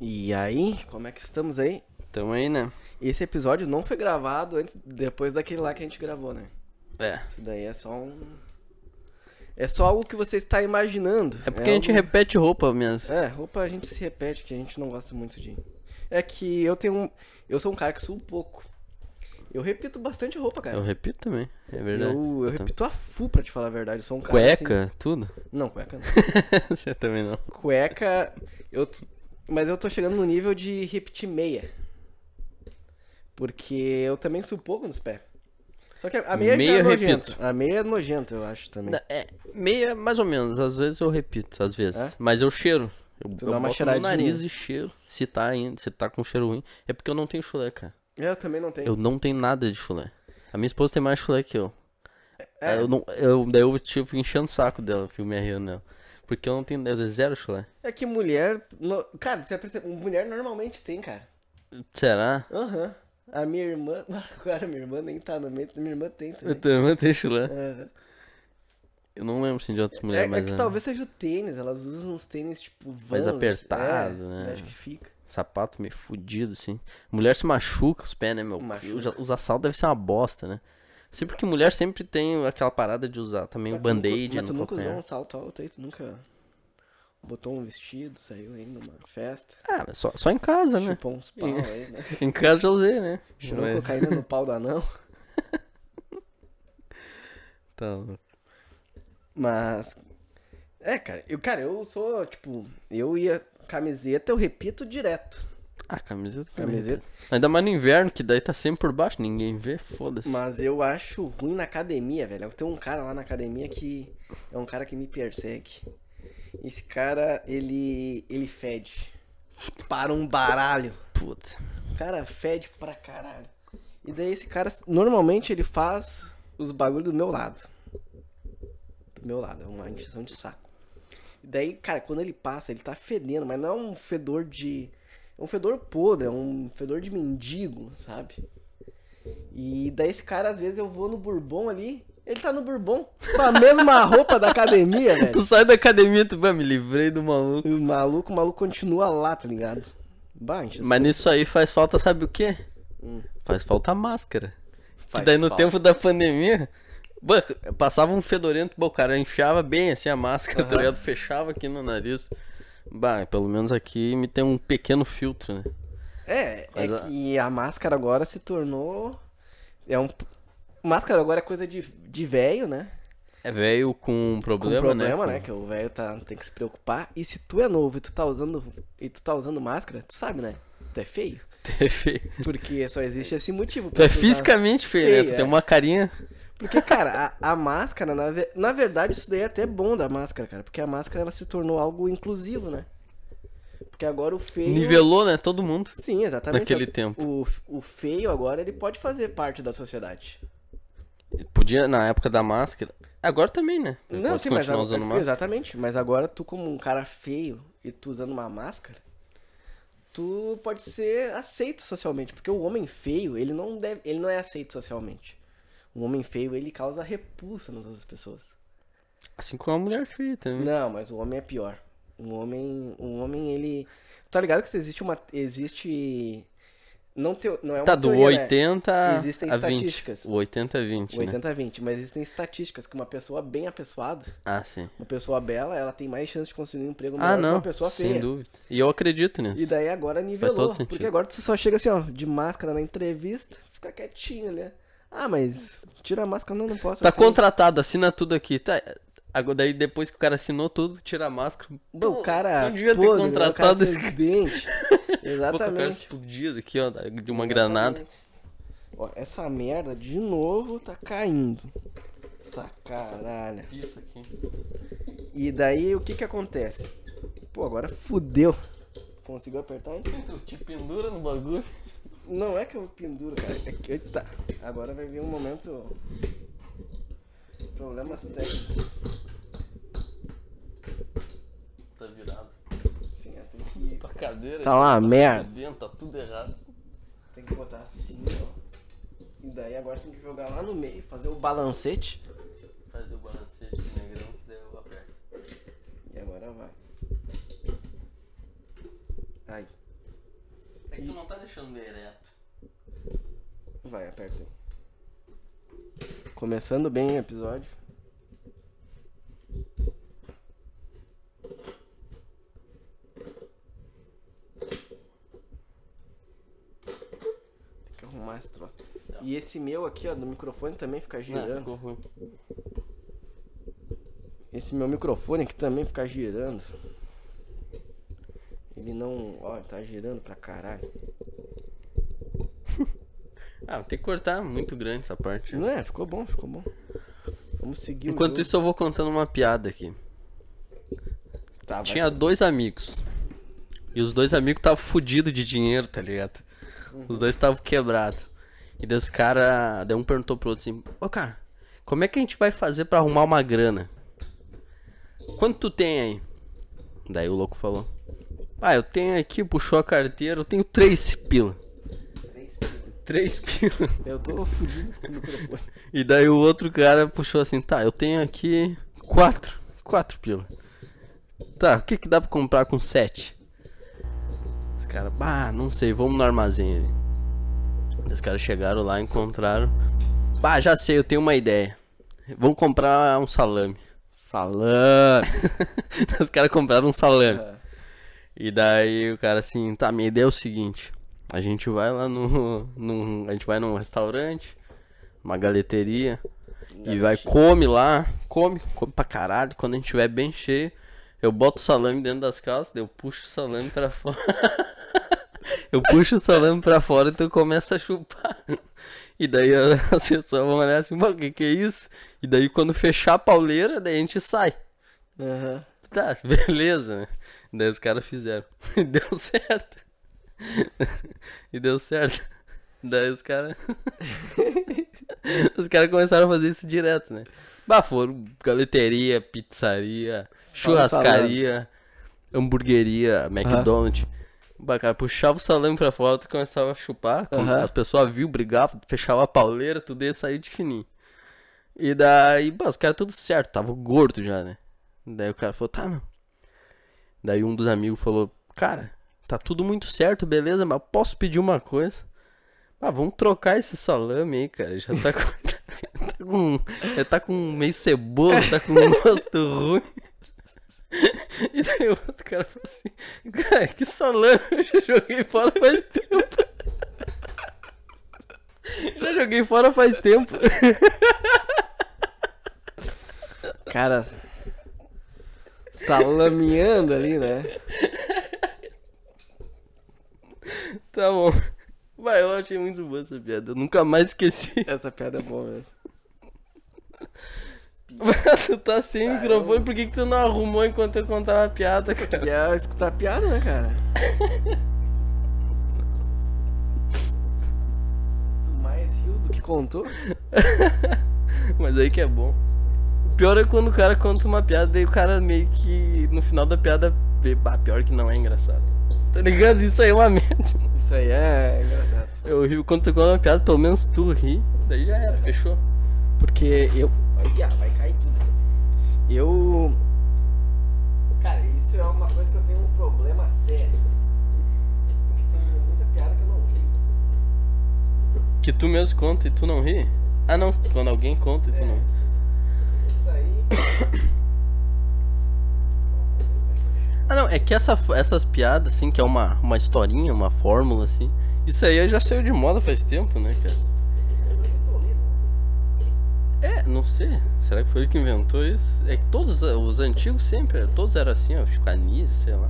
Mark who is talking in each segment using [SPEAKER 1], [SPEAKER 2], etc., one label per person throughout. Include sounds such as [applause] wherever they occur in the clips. [SPEAKER 1] E aí, como é que estamos aí?
[SPEAKER 2] Tamo aí, né?
[SPEAKER 1] Esse episódio não foi gravado antes, depois daquele lá que a gente gravou, né?
[SPEAKER 2] É.
[SPEAKER 1] Isso daí é só um. É só algo que você está imaginando.
[SPEAKER 2] É porque a gente
[SPEAKER 1] algo-
[SPEAKER 2] repete roupa mesmo.
[SPEAKER 1] É, roupa a gente se repete, que a gente não gosta muito de. É que eu tenho um. Eu sou um cara que suo pouco. Eu repito bastante roupa, cara.
[SPEAKER 2] Eu repito também, é
[SPEAKER 1] Eu,
[SPEAKER 2] verdade.
[SPEAKER 1] eu repito a full, pra te falar a verdade. Eu sou um cara.
[SPEAKER 2] Cueca, tudo. [laughs]
[SPEAKER 1] assim- Não, cueca não.
[SPEAKER 2] Você também não.
[SPEAKER 1] Cueca. Eu... t- Mas eu tô chegando no nível de repetir meia. Porque eu também suo pouco nos pés. Só que a meia
[SPEAKER 2] Meia
[SPEAKER 1] já é
[SPEAKER 2] eu
[SPEAKER 1] nojenta.
[SPEAKER 2] repito.
[SPEAKER 1] A meia é nojenta, eu acho também.
[SPEAKER 2] É, meia, mais ou menos. Às vezes eu repito, às vezes. Mas eu cheiro. Eu,
[SPEAKER 1] É? Tu
[SPEAKER 2] eu
[SPEAKER 1] dá uma
[SPEAKER 2] boto no
[SPEAKER 1] cheiradinha.
[SPEAKER 2] nariz e cheiro. Se tá, ainda, se tá com cheiro ruim. É porque eu não tenho chulé, cara.
[SPEAKER 1] Eu também não tenho.
[SPEAKER 2] Eu não tenho nada de chulé. A minha esposa tem mais chulé que eu.
[SPEAKER 1] É?
[SPEAKER 2] Eu não, eu, daí eu fico enchendo o saco dela, fico me arriando nela. Porque eu não tenho eu tenho zero chulé.
[SPEAKER 1] É que mulher. no- Cara, você percebe, mulher normalmente tem, cara.
[SPEAKER 2] Será?
[SPEAKER 1] Aham. A minha irmã. [laughs] Agora minha irmã nem tá no meio. Minha irmã tem
[SPEAKER 2] Eu
[SPEAKER 1] também.
[SPEAKER 2] também tenho chulé.
[SPEAKER 1] Aham.
[SPEAKER 2] Eu não lembro sim de outras
[SPEAKER 1] É,
[SPEAKER 2] mulheres,
[SPEAKER 1] é
[SPEAKER 2] mas.
[SPEAKER 1] que
[SPEAKER 2] é.
[SPEAKER 1] talvez seja o tênis, elas usam uns tênis tipo vans,
[SPEAKER 2] apertado,
[SPEAKER 1] é,
[SPEAKER 2] né?
[SPEAKER 1] Acho que fica.
[SPEAKER 2] Sapato meio fudido, assim. Mulher se machuca os pés, né, meu?
[SPEAKER 1] Machuca.
[SPEAKER 2] Os, os assaltos devem ser uma bosta, né? Sempre que mulher sempre tem aquela parada de usar também o
[SPEAKER 1] Mas tu nunca-
[SPEAKER 2] band-aid
[SPEAKER 1] Mas tu
[SPEAKER 2] no né?
[SPEAKER 1] nunca usou
[SPEAKER 2] calcanhar.
[SPEAKER 1] um salto alto aí, tu nunca botou um vestido, saiu aí numa festa,
[SPEAKER 2] Ah, mas só, só em casa, né?
[SPEAKER 1] chupou uns pau aí, né?
[SPEAKER 2] Em casa já usei, né?
[SPEAKER 1] Churou
[SPEAKER 2] Mas-
[SPEAKER 1] cocaína no pau da
[SPEAKER 2] [laughs]
[SPEAKER 1] não.
[SPEAKER 2] Tá louco.
[SPEAKER 1] Mas. É, cara, eu, cara, eu sou, tipo, eu ia. Camiseta, eu repito direto.
[SPEAKER 2] Ah, camiseta também.
[SPEAKER 1] Camiseta.
[SPEAKER 2] cara. Ainda mais no inverno, que daí tá sempre por baixo, ninguém vê, foda-se.
[SPEAKER 1] Mas eu acho ruim na academia, velho. Eu tenho um cara lá na academia que é um cara que me persegue. Esse cara, ele ele fede. Para um baralho.
[SPEAKER 2] Puta.
[SPEAKER 1] O cara fede pra caralho. E daí esse cara, normalmente ele faz os bagulho do meu lado. Do meu lado, é uma injeção de saco. E daí, cara, quando ele passa, ele tá fedendo, mas não é um fedor de. É um fedor podre, é um fedor de mendigo, sabe? E daí esse cara, às vezes eu vou no Bourbon ali, ele tá no Bourbon com a mesma [laughs] roupa da academia, velho.
[SPEAKER 2] Tu sai da academia, tu vai, me livrei do maluco.
[SPEAKER 1] E O maluco, o maluco continua lá, tá ligado? Bah, injeção.
[SPEAKER 2] Mas nisso aí faz falta, sabe o quê?
[SPEAKER 1] Hum.
[SPEAKER 2] Faz falta a máscara.
[SPEAKER 1] Faz
[SPEAKER 2] que daí no
[SPEAKER 1] falta.
[SPEAKER 2] tempo da pandemia, bah, passava um fedorento, bah, o cara enfiava bem assim a máscara, tá ligado? Fechava aqui no nariz. Bah, pelo menos aqui me tem um pequeno filtro, né?
[SPEAKER 1] É,
[SPEAKER 2] Mas
[SPEAKER 1] é
[SPEAKER 2] a-
[SPEAKER 1] que a máscara agora se tornou. É um. Máscara agora é coisa de, de velho, né?
[SPEAKER 2] É velho com um
[SPEAKER 1] Com
[SPEAKER 2] problema,
[SPEAKER 1] problema, né?
[SPEAKER 2] Com- [laughs]
[SPEAKER 1] Que o velho tá, tem que se preocupar. E se tu é novo e tu tá usando. E tu tá usando máscara, tu sabe, né? Tu é feio.
[SPEAKER 2] Tu é feio.
[SPEAKER 1] Porque só existe esse motivo.
[SPEAKER 2] Tu
[SPEAKER 1] pra
[SPEAKER 2] é
[SPEAKER 1] usar.
[SPEAKER 2] fisicamente feio, né?
[SPEAKER 1] Feio,
[SPEAKER 2] Tu
[SPEAKER 1] é.
[SPEAKER 2] tem uma carinha.
[SPEAKER 1] Porque, cara, a, a máscara, na, ve- na verdade, isso daí é até bom da máscara, cara. Porque a máscara ela se tornou algo inclusivo, né? Porque agora o feio.
[SPEAKER 2] Nivelou, né? Todo mundo.
[SPEAKER 1] Sim, exatamente.
[SPEAKER 2] Naquele tempo.
[SPEAKER 1] O, o feio agora ele pode fazer parte da sociedade.
[SPEAKER 2] Podia, na época da máscara. Agora também, né?
[SPEAKER 1] Não,
[SPEAKER 2] Pode
[SPEAKER 1] sim, mas
[SPEAKER 2] continuar
[SPEAKER 1] agora,
[SPEAKER 2] usando máscara.
[SPEAKER 1] exatamente. Mas agora tu como um cara feio e tu usando uma máscara, tu pode ser aceito socialmente, porque o homem feio ele não deve, ele não é aceito socialmente. O homem feio ele causa repulsa nas outras pessoas.
[SPEAKER 2] Assim como a mulher feia também.
[SPEAKER 1] Não, mas o homem é pior. Um homem, um homem ele, tá ligado que existe uma, existe não teo- não é uma
[SPEAKER 2] Tá, do
[SPEAKER 1] teoria, né?
[SPEAKER 2] 80 a-
[SPEAKER 1] Existem
[SPEAKER 2] a 20.
[SPEAKER 1] estatísticas.
[SPEAKER 2] O 80 a 20, né?
[SPEAKER 1] 80 a 20, mas existem estatísticas que uma pessoa bem apessoada,
[SPEAKER 2] Ah, sim.
[SPEAKER 1] uma pessoa bela, ela tem mais chance de conseguir um emprego melhor
[SPEAKER 2] Ah,
[SPEAKER 1] que
[SPEAKER 2] não.
[SPEAKER 1] uma pessoa
[SPEAKER 2] sem
[SPEAKER 1] feia.
[SPEAKER 2] dúvida. E eu acredito
[SPEAKER 1] E
[SPEAKER 2] nisso.
[SPEAKER 1] daí agora
[SPEAKER 2] todo
[SPEAKER 1] nivelou.
[SPEAKER 2] sentido.
[SPEAKER 1] Porque agora tu só chega assim, ó, de máscara na entrevista, fica quietinho, né? Ah, mas tira a máscara, não, não posso.
[SPEAKER 2] Tá
[SPEAKER 1] eu tenho-
[SPEAKER 2] contratado, assina tudo aqui. Tá. Agora, daí depois que o cara assinou tudo, tira a máscara.
[SPEAKER 1] Bom, o cara.
[SPEAKER 2] Não devia ter
[SPEAKER 1] podre, né? O cara
[SPEAKER 2] contratado
[SPEAKER 1] sem
[SPEAKER 2] esse [laughs]
[SPEAKER 1] dente.
[SPEAKER 2] Pô, com a cara
[SPEAKER 1] Exatamente.
[SPEAKER 2] explodida aqui, ó, de uma granada.
[SPEAKER 1] Ó, essa merda de novo tá caindo. Essa caralho.
[SPEAKER 2] Isso aqui.
[SPEAKER 1] E daí o que que acontece? Pô, agora fudeu. Conseguiu apertar aí?
[SPEAKER 2] Tu te pendura no bagulho.
[SPEAKER 1] Não é que eu penduro, cara. É que... Eita, agora vai vir um momento. Problemas técnicos.
[SPEAKER 2] Tá virado.
[SPEAKER 1] Sim, é, tem que.
[SPEAKER 2] Tua cadeira.
[SPEAKER 1] Tá uma merda.
[SPEAKER 2] dentro, tá tudo errado.
[SPEAKER 1] Tem que botar assim, ó. E daí agora tem que jogar lá no meio, fazer o balancete.
[SPEAKER 2] Fazer o balancete negrão que daí eu aperto.
[SPEAKER 1] E agora vai. Aí.
[SPEAKER 2] É tá deixando meio ereto.
[SPEAKER 1] Vai, aperta aí. Começando bem o episódio. Tem que arrumar esse troço. E esse meu aqui, ó, do microfone também fica
[SPEAKER 2] Não,
[SPEAKER 1] girando.
[SPEAKER 2] ficou ruim.
[SPEAKER 1] Esse meu microfone aqui também fica girando. Ele não. Ó, tá girando pra caralho.
[SPEAKER 2] Ah, tem que cortar muito grande essa parte.
[SPEAKER 1] Não é? Ficou bom, ficou bom. Vamos seguir
[SPEAKER 2] Enquanto
[SPEAKER 1] o jogo.
[SPEAKER 2] isso, eu vou contando uma piada aqui.
[SPEAKER 1] Tá, vai.
[SPEAKER 2] Tinha dois amigos. E os dois amigos estavam fodidos de dinheiro, tá ligado? Os dois estavam quebrados. E daí os caras. Daí um perguntou pro outro assim: Ô cara, como é que a gente vai fazer pra arrumar uma grana? Quanto tu tem aí? Daí o louco falou: Ah, eu tenho aqui, puxou a carteira, eu tenho três pila. Três pila.
[SPEAKER 1] Eu tô [laughs] fudido com o microfone.
[SPEAKER 2] E daí o outro cara puxou assim, tá, eu tenho aqui quatro, quatro pila. Tá, o que que dá pra comprar com sete? Os caras, bah, não sei, vamos no armazém ali. Os caras chegaram lá, encontraram. Bah, já sei, eu tenho uma ideia. Vamos comprar um salame. Salame! [laughs] Os caras compraram um salame.
[SPEAKER 1] É.
[SPEAKER 2] E daí o cara assim, tá, minha ideia é o seguinte. A gente vai lá no. [laughs] num- a gente vai num restaurante, uma galeteria, e vai, come lá, come, come pra caralho. Quando a gente tiver bem cheio, eu boto o salame dentro das calças, daí eu puxo o salame pra [laughs] fora. eu puxo o salame pra fora e tu começa a chupar. E daí [laughs] a- as pessoas vão olhar assim, mano, o que, que é isso? E daí quando fechar a pauleira, daí a gente sai.
[SPEAKER 1] Aham.
[SPEAKER 2] Tá, [laughs] beleza, né? Daí os caras fizeram. [laughs] E deu certo. E deu certo. Daí os caras. [laughs] Os caras começaram a fazer isso direto, né? Bah, foram galeteria, pizzaria, churrascaria, hamburgueria, McDonald's. Bah, cara, puxava o salame pra fora, tu começava a chupar, com-
[SPEAKER 1] Aham.
[SPEAKER 2] as pessoas viam, brigavam, fechava a pauleira, tudo ia sair de fininho. E daí, bah, os caras tudo certo, tava gordo já, né? Daí o cara falou, tá, meu. Daí um dos amigos falou, cara, tá tudo muito certo, beleza, mas posso pedir uma coisa? Ah, vamos trocar esse salame aí, cara. Já tá com. [laughs] tá com já tá com meio cebola, tá com um gosto ruim. [laughs] E daí o outro cara falou assim, cara, que salame, eu já joguei fora faz tempo. Já joguei fora faz tempo.
[SPEAKER 1] Cara. Salameando ali, né?
[SPEAKER 2] Tá bom. Vai, eu achei muito boa essa piada. Eu nunca mais esqueci.
[SPEAKER 1] Essa piada é boa mesmo.
[SPEAKER 2] Mas tu tá sem
[SPEAKER 1] Caramba.
[SPEAKER 2] microfone, por que, que tu não arrumou enquanto eu contava a piada, cara?
[SPEAKER 1] E é escutar piada, né, cara? Tu mais riu do que contou?
[SPEAKER 2] Mas aí que é bom. O pior é quando o cara conta uma piada, daí o cara meio que no final da piada vê, bah, pior que não é engraçado. Tá ligado? Isso aí é uma merda.
[SPEAKER 1] Isso aí é engraçado.
[SPEAKER 2] Eu rio quando tu conta uma piada, pelo menos tu ri. Daí já era, fechou.
[SPEAKER 1] Porque eu. Olha, vai cair tudo. Eu. Cara, isso é uma coisa que eu tenho um problema sério. Porque tem muita piada que eu não rio.
[SPEAKER 2] Que tu mesmo conta e tu não ri? Ah não, quando alguém conta e tu não ri.
[SPEAKER 1] Isso aí.
[SPEAKER 2] Ah não, é que essa, essas piadas, assim, que é uma, uma historinha, uma fórmula, assim. Isso aí já saiu de moda faz tempo, né, cara? É, não sei. Será que foi ele que inventou isso? É que todos ah, os antigos sempre, todos eram assim, ó, chicanise, sei lá.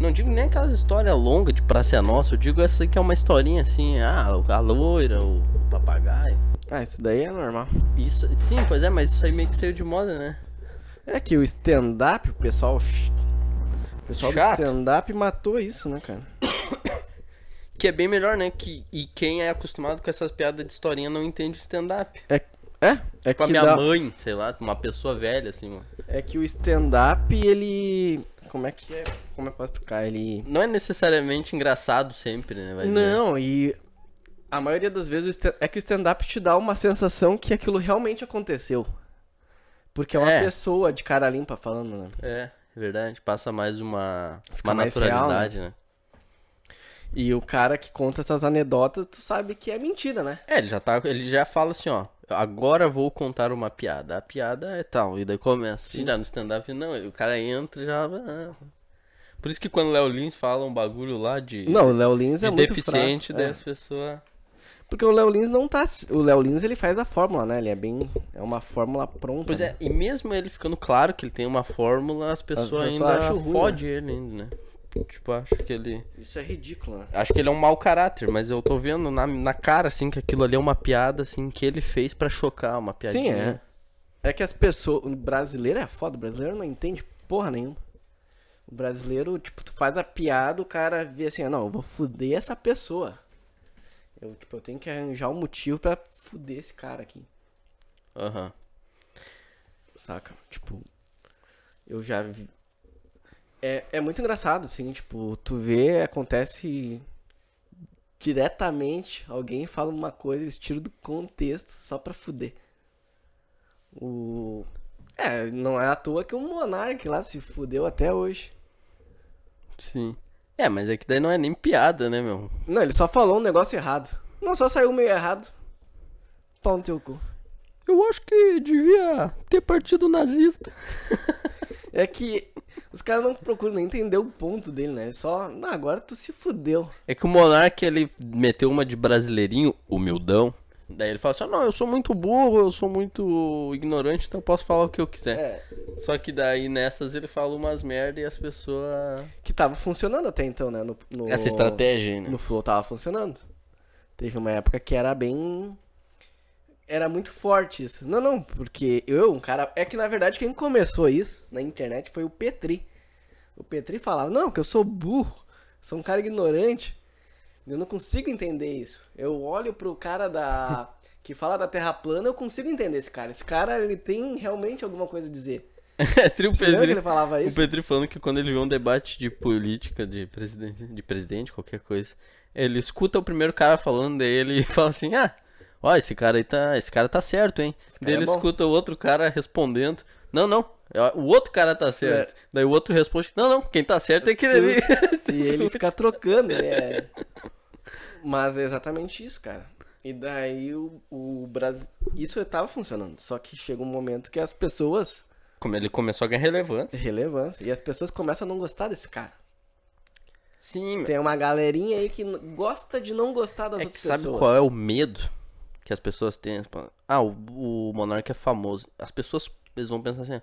[SPEAKER 2] Não digo nem aquelas histórias longas de Praça é Nossa, eu digo essa que é uma historinha assim, ah, a loira, o papagaio.
[SPEAKER 1] Ah, isso daí é normal.
[SPEAKER 2] Isso, sim, pois é, mas isso aí meio que saiu de moda, né?
[SPEAKER 1] É que o stand-up, o pessoal. O pessoal
[SPEAKER 2] Chato.
[SPEAKER 1] do stand-up matou isso, né, cara?
[SPEAKER 2] Que é bem melhor, né? Que, e quem é acostumado com essas piadas de historinha não entende stand-up.
[SPEAKER 1] É, é, é
[SPEAKER 2] Tipo a
[SPEAKER 1] que
[SPEAKER 2] minha
[SPEAKER 1] dá-
[SPEAKER 2] mãe, sei lá, uma pessoa velha, assim, mano.
[SPEAKER 1] É que o stand-up, ele. Como é que é? Como é que eu posso explicar? Ele.
[SPEAKER 2] Não é necessariamente engraçado sempre, né? vai dizer.
[SPEAKER 1] Não, e. A maioria das vezes o sta- é que o stand-up te dá uma sensação que aquilo realmente aconteceu. Porque é uma
[SPEAKER 2] É.
[SPEAKER 1] pessoa de cara limpa falando, né?
[SPEAKER 2] É, é verdade. Passa mais uma, né?
[SPEAKER 1] Fica
[SPEAKER 2] uma
[SPEAKER 1] mais real,
[SPEAKER 2] naturalidade, né?
[SPEAKER 1] E o cara que conta essas anedotas, tu sabe que é mentira, né?
[SPEAKER 2] É, ele já, tá, ele já fala assim, ó. Agora vou contar uma piada. A piada é tal. E daí começa. Sim. Já no stand-up, não. O cara entra e já. ah. Por isso que quando o Léo Lins fala um bagulho lá de,
[SPEAKER 1] Não, o Léo Lins
[SPEAKER 2] de
[SPEAKER 1] é muito
[SPEAKER 2] deficiente,
[SPEAKER 1] fraco.
[SPEAKER 2] daí
[SPEAKER 1] É.
[SPEAKER 2] as pessoas.
[SPEAKER 1] Porque o Léo Lins não tá. O Léo Lins ele faz a fórmula, né? Ele é bem. É uma fórmula pronta.
[SPEAKER 2] Pois
[SPEAKER 1] né?
[SPEAKER 2] é, e mesmo ele ficando claro que ele tem uma fórmula, as pessoas
[SPEAKER 1] pessoas
[SPEAKER 2] ainda
[SPEAKER 1] acham ruim,
[SPEAKER 2] fode ele ainda, né? Tipo, acho que ele.
[SPEAKER 1] Isso é ridículo, né?
[SPEAKER 2] Acho que ele é um mau caráter, mas eu tô vendo na, na cara, assim, que aquilo ali é uma piada, assim, que ele fez pra chocar, uma
[SPEAKER 1] Sim,
[SPEAKER 2] piadinha.
[SPEAKER 1] é. É que as pessoas. O brasileiro é foda, o brasileiro não entende porra nenhuma. O brasileiro, tipo, tu faz a piada, o cara vê assim, ah, não, eu vou fuder essa pessoa. Eu, tipo, eu tenho que arranjar um motivo pra fuder esse cara aqui.
[SPEAKER 2] Aham.
[SPEAKER 1] Saca? Tipo, eu já vi. É, é muito engraçado, assim, tipo, tu vê, acontece diretamente, alguém fala uma coisa, eles tiram do contexto só pra fuder. O. É, não é à toa que o Monark lá se fudeu até hoje.
[SPEAKER 2] Sim. É, mas é que daí não é nem piada, né, meu?
[SPEAKER 1] Não, ele só falou um negócio errado. Não, só saiu meio errado. Pau no teu cu.
[SPEAKER 2] Eu acho que devia ter partido nazista.
[SPEAKER 1] É que os caras não procuram nem entender o ponto dele, né? Só, não, agora tu se fudeu.
[SPEAKER 2] É que o Monark, ele meteu uma de brasileirinho, humildão. Daí ele fala assim, "Ah, não, eu sou muito burro, eu sou muito ignorante, então eu posso falar o que eu quiser.
[SPEAKER 1] É,
[SPEAKER 2] Só que daí nessas ele fala umas merda e as pessoas...
[SPEAKER 1] Que tava funcionando até então, né? No, no-
[SPEAKER 2] Essa estratégia, aí, né?
[SPEAKER 1] No Flow tava funcionando. Teve uma época que era bem. Era muito forte isso. Não, não, porque eu, um cara. É que na verdade quem começou isso na internet foi o Petri. O Petri falava: Não, que eu sou burro, sou um cara ignorante. Eu não consigo entender isso. Eu olho pro cara
[SPEAKER 2] [laughs]
[SPEAKER 1] da. que fala da Terra plana, eu consigo entender esse cara. Esse cara, ele tem realmente alguma coisa a dizer.
[SPEAKER 2] [laughs] É, trio
[SPEAKER 1] Você lembra que ele
[SPEAKER 2] Pedro.
[SPEAKER 1] falava
[SPEAKER 2] O
[SPEAKER 1] isso?
[SPEAKER 2] Pedro falando que quando ele vê um debate de política, de presidente, de presidente, qualquer coisa, ele escuta o primeiro cara falando, daí ele [laughs] fala assim, ah, ó, esse cara aí tá. Esse cara tá certo, hein?
[SPEAKER 1] cara
[SPEAKER 2] Daí
[SPEAKER 1] é
[SPEAKER 2] ele
[SPEAKER 1] bom.
[SPEAKER 2] escuta o outro cara respondendo. Não, não. ó, O outro cara tá certo.
[SPEAKER 1] É.
[SPEAKER 2] Daí o outro responde, não, não, quem tá certo é aquele ali. [laughs]
[SPEAKER 1] [laughs] E ele fica trocando, ele
[SPEAKER 2] né?
[SPEAKER 1] é. [laughs] Mas é exatamente isso, cara. E daí o, o Brasil. Isso tava funcionando. Só que chega um momento que as pessoas.
[SPEAKER 2] Como ele começou a ganhar relevância.
[SPEAKER 1] Relevância. E as pessoas começam a não gostar desse cara.
[SPEAKER 2] Sim,
[SPEAKER 1] Tem uma galerinha aí que n- gosta de não gostar das
[SPEAKER 2] É que
[SPEAKER 1] outras
[SPEAKER 2] sabe
[SPEAKER 1] pessoas.
[SPEAKER 2] qual é o medo que as pessoas têm? Tipo, Ah, o, o Monark é famoso. As pessoas eles vão pensar assim: ah,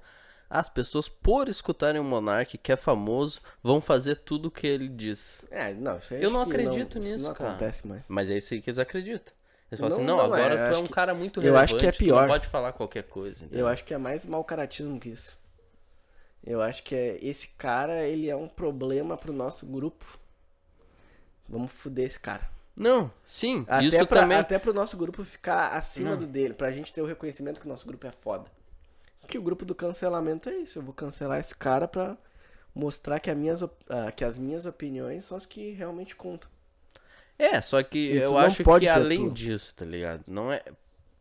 [SPEAKER 2] as pessoas, por escutarem o Monark que é famoso, vão fazer tudo o que ele diz.
[SPEAKER 1] É, não, isso aí
[SPEAKER 2] Eu
[SPEAKER 1] acho
[SPEAKER 2] não
[SPEAKER 1] que
[SPEAKER 2] acredito
[SPEAKER 1] isso
[SPEAKER 2] nisso,
[SPEAKER 1] não
[SPEAKER 2] cara.
[SPEAKER 1] acontece mais.
[SPEAKER 2] Mas é isso aí que eles acreditam. Eles falam
[SPEAKER 1] Não,
[SPEAKER 2] assim: não,
[SPEAKER 1] não é,
[SPEAKER 2] agora
[SPEAKER 1] eu
[SPEAKER 2] tu é
[SPEAKER 1] acho
[SPEAKER 2] um
[SPEAKER 1] que-
[SPEAKER 2] cara muito
[SPEAKER 1] eu
[SPEAKER 2] relevante.
[SPEAKER 1] acho que é
[SPEAKER 2] Tu
[SPEAKER 1] pior.
[SPEAKER 2] não pode falar qualquer coisa. entendeu?
[SPEAKER 1] Eu acho que é mais mau caratismo que isso. Eu acho que é, esse cara, ele é um problema pro nosso grupo. Vamos fuder esse cara.
[SPEAKER 2] Não, sim.
[SPEAKER 1] Até,
[SPEAKER 2] isso
[SPEAKER 1] pra,
[SPEAKER 2] também.
[SPEAKER 1] até pro nosso grupo ficar acima do dele, pra gente ter o reconhecimento que o nosso grupo é foda. Que o grupo do cancelamento é isso. Eu vou cancelar esse cara pra mostrar que, as minhas op- ah, que as minhas opiniões são as que realmente contam.
[SPEAKER 2] É, só que
[SPEAKER 1] tu
[SPEAKER 2] eu
[SPEAKER 1] não
[SPEAKER 2] acho
[SPEAKER 1] pode ter
[SPEAKER 2] que
[SPEAKER 1] a
[SPEAKER 2] além
[SPEAKER 1] tua.
[SPEAKER 2] disso, tá ligado? Não é.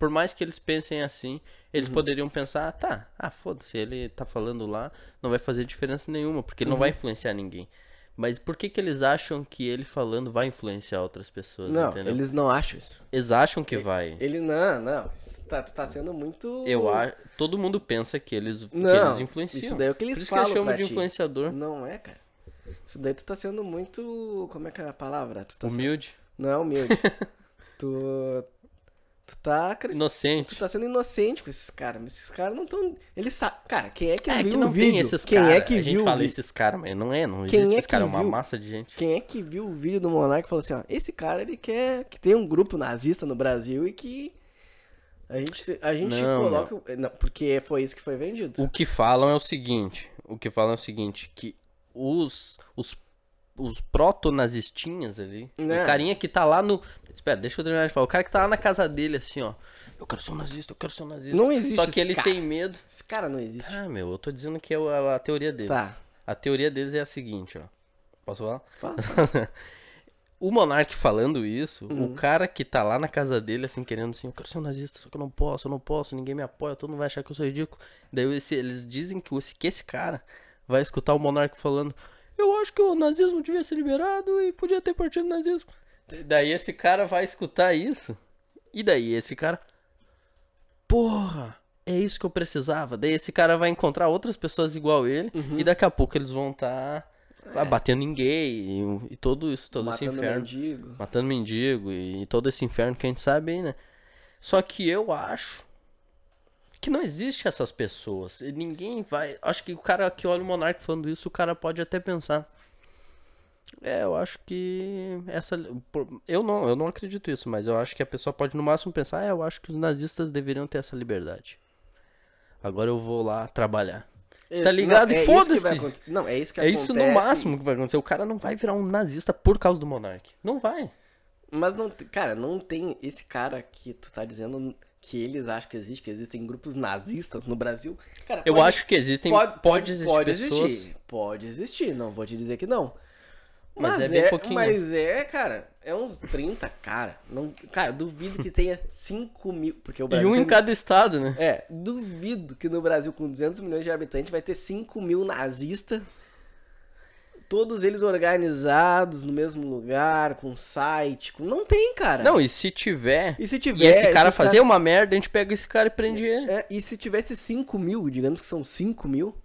[SPEAKER 2] Por mais que eles pensem assim, eles
[SPEAKER 1] Uhum.
[SPEAKER 2] poderiam pensar, ah, tá, ah, foda-se, ele tá falando lá, não vai fazer diferença nenhuma, porque ele não vai
[SPEAKER 1] Uhum.
[SPEAKER 2] influenciar ninguém. Mas por que que eles acham que ele falando vai influenciar outras pessoas,
[SPEAKER 1] Não,
[SPEAKER 2] entendeu? Eles...
[SPEAKER 1] eles não acham isso.
[SPEAKER 2] acham que vai.
[SPEAKER 1] Ele, não, não. isso tá- tu tá sendo muito.
[SPEAKER 2] Eu acho, todo mundo pensa que eles, que
[SPEAKER 1] Não,
[SPEAKER 2] eles influenciam.
[SPEAKER 1] isso daí é o que eles
[SPEAKER 2] por isso
[SPEAKER 1] falam
[SPEAKER 2] que eu chamo
[SPEAKER 1] pra
[SPEAKER 2] de
[SPEAKER 1] ti.
[SPEAKER 2] influenciador
[SPEAKER 1] Não é, cara. Isso daí tu tá sendo muito. Como é que é a palavra? Tu tá sendo-
[SPEAKER 2] humilde,
[SPEAKER 1] Não é humilde.
[SPEAKER 2] [laughs]
[SPEAKER 1] tu. Tu tá acreditando. Tu
[SPEAKER 2] inocente.
[SPEAKER 1] tá sendo inocente com esses caras, mas esses caras não tão. Eles sabem. Cara, quem é que
[SPEAKER 2] É
[SPEAKER 1] viu
[SPEAKER 2] que
[SPEAKER 1] o
[SPEAKER 2] não
[SPEAKER 1] vídeo?
[SPEAKER 2] tem esses
[SPEAKER 1] quem
[SPEAKER 2] caras.
[SPEAKER 1] é que
[SPEAKER 2] a gente
[SPEAKER 1] viu o
[SPEAKER 2] fala
[SPEAKER 1] vi-
[SPEAKER 2] esses caras, mas não é, não
[SPEAKER 1] Quem
[SPEAKER 2] existe
[SPEAKER 1] é
[SPEAKER 2] esses
[SPEAKER 1] que
[SPEAKER 2] caras, é uma
[SPEAKER 1] viu?
[SPEAKER 2] massa de gente.
[SPEAKER 1] Quem é que viu o vídeo do Monark e falou assim, ó, esse cara ele quer que tenha um grupo nazista no Brasil e que a gente, a gente
[SPEAKER 2] Não,
[SPEAKER 1] coloca. Não, porque é, foi isso que foi vendido.
[SPEAKER 2] O que falam é o seguinte, o que falam é o seguinte, que os os os proto-nazistinhas ali,
[SPEAKER 1] Né?
[SPEAKER 2] o carinha que tá lá no... Espera, deixa eu terminar de falar. O cara que tá lá na casa dele, assim, ó. Eu quero ser um nazista, eu quero ser um nazista.
[SPEAKER 1] Não existe
[SPEAKER 2] Só que
[SPEAKER 1] esse
[SPEAKER 2] ele
[SPEAKER 1] cara.
[SPEAKER 2] tem medo.
[SPEAKER 1] Esse cara não existe.
[SPEAKER 2] Ah, meu, eu tô dizendo que é a, a teoria deles.
[SPEAKER 1] Tá.
[SPEAKER 2] A teoria deles é a seguinte, ó. Posso falar?
[SPEAKER 1] Fala. tá
[SPEAKER 2] o Monark falando isso, o cara que tá lá na casa dele, assim, querendo assim, eu quero ser um nazista, só que eu não posso, eu não posso, ninguém me apoia, todo mundo vai achar que eu sou ridículo. Daí esse- eles dizem que, esse, que esse cara vai escutar o Monark falando, eu acho que o nazismo devia ser liberado e podia ter partido nazismo. E daí esse cara vai escutar isso. E daí esse cara. Porra! É isso que eu precisava. Daí esse cara vai encontrar outras pessoas igual ele. E daqui a pouco eles vão estar batendo em gay e, e todo isso, todo esse
[SPEAKER 1] Matando
[SPEAKER 2] inferno.
[SPEAKER 1] mendigo.
[SPEAKER 2] Matando mendigo e todo esse inferno que a gente sabe aí, né? Só que eu acho que não existe essas pessoas. E ninguém vai. Acho que o cara que olha o Monark falando isso, o cara pode até pensar. É, eu acho que essa por- eu não, eu não acredito isso, mas eu acho que a pessoa pode no máximo pensar, é, eu acho que os nazistas deveriam ter essa liberdade. Agora eu vou lá trabalhar. Tá ligado?
[SPEAKER 1] Não,
[SPEAKER 2] e
[SPEAKER 1] é isso que vai
[SPEAKER 2] foda-se.
[SPEAKER 1] acontecer. Não, é isso que
[SPEAKER 2] É isso no
[SPEAKER 1] acontece.
[SPEAKER 2] máximo que vai acontecer. O cara não vai virar um nazista por causa do Monark. Não vai.
[SPEAKER 1] Mas não, te- cara, não tem esse cara que tu tá dizendo que eles acham que existe, que existem grupos nazistas no Brasil. Cara,
[SPEAKER 2] Eu
[SPEAKER 1] pode-
[SPEAKER 2] acho que existem. Pode,
[SPEAKER 1] pode,
[SPEAKER 2] existir
[SPEAKER 1] pode
[SPEAKER 2] pessoas.
[SPEAKER 1] existir, pode existir, não vou te dizer que não.
[SPEAKER 2] Mas é bem pouquinho.
[SPEAKER 1] Mas é, cara, é uns 30, cara. Não, cara, duvido que tenha 5 mil, porque o
[SPEAKER 2] E
[SPEAKER 1] Brasil
[SPEAKER 2] um em
[SPEAKER 1] tem-
[SPEAKER 2] cada estado, né?
[SPEAKER 1] É, duvido que no Brasil, com 200 milhões de habitantes, vai ter 5 mil nazistas. Todos eles organizados no mesmo lugar, com site. Com... Não tem, cara.
[SPEAKER 2] Não, e se tiver.
[SPEAKER 1] E É. se tiver.
[SPEAKER 2] E esse cara
[SPEAKER 1] se
[SPEAKER 2] fazer uma merda, a gente pega esse cara e prende ele.
[SPEAKER 1] É, e se tivesse 5 mil, digamos que são 5 mil.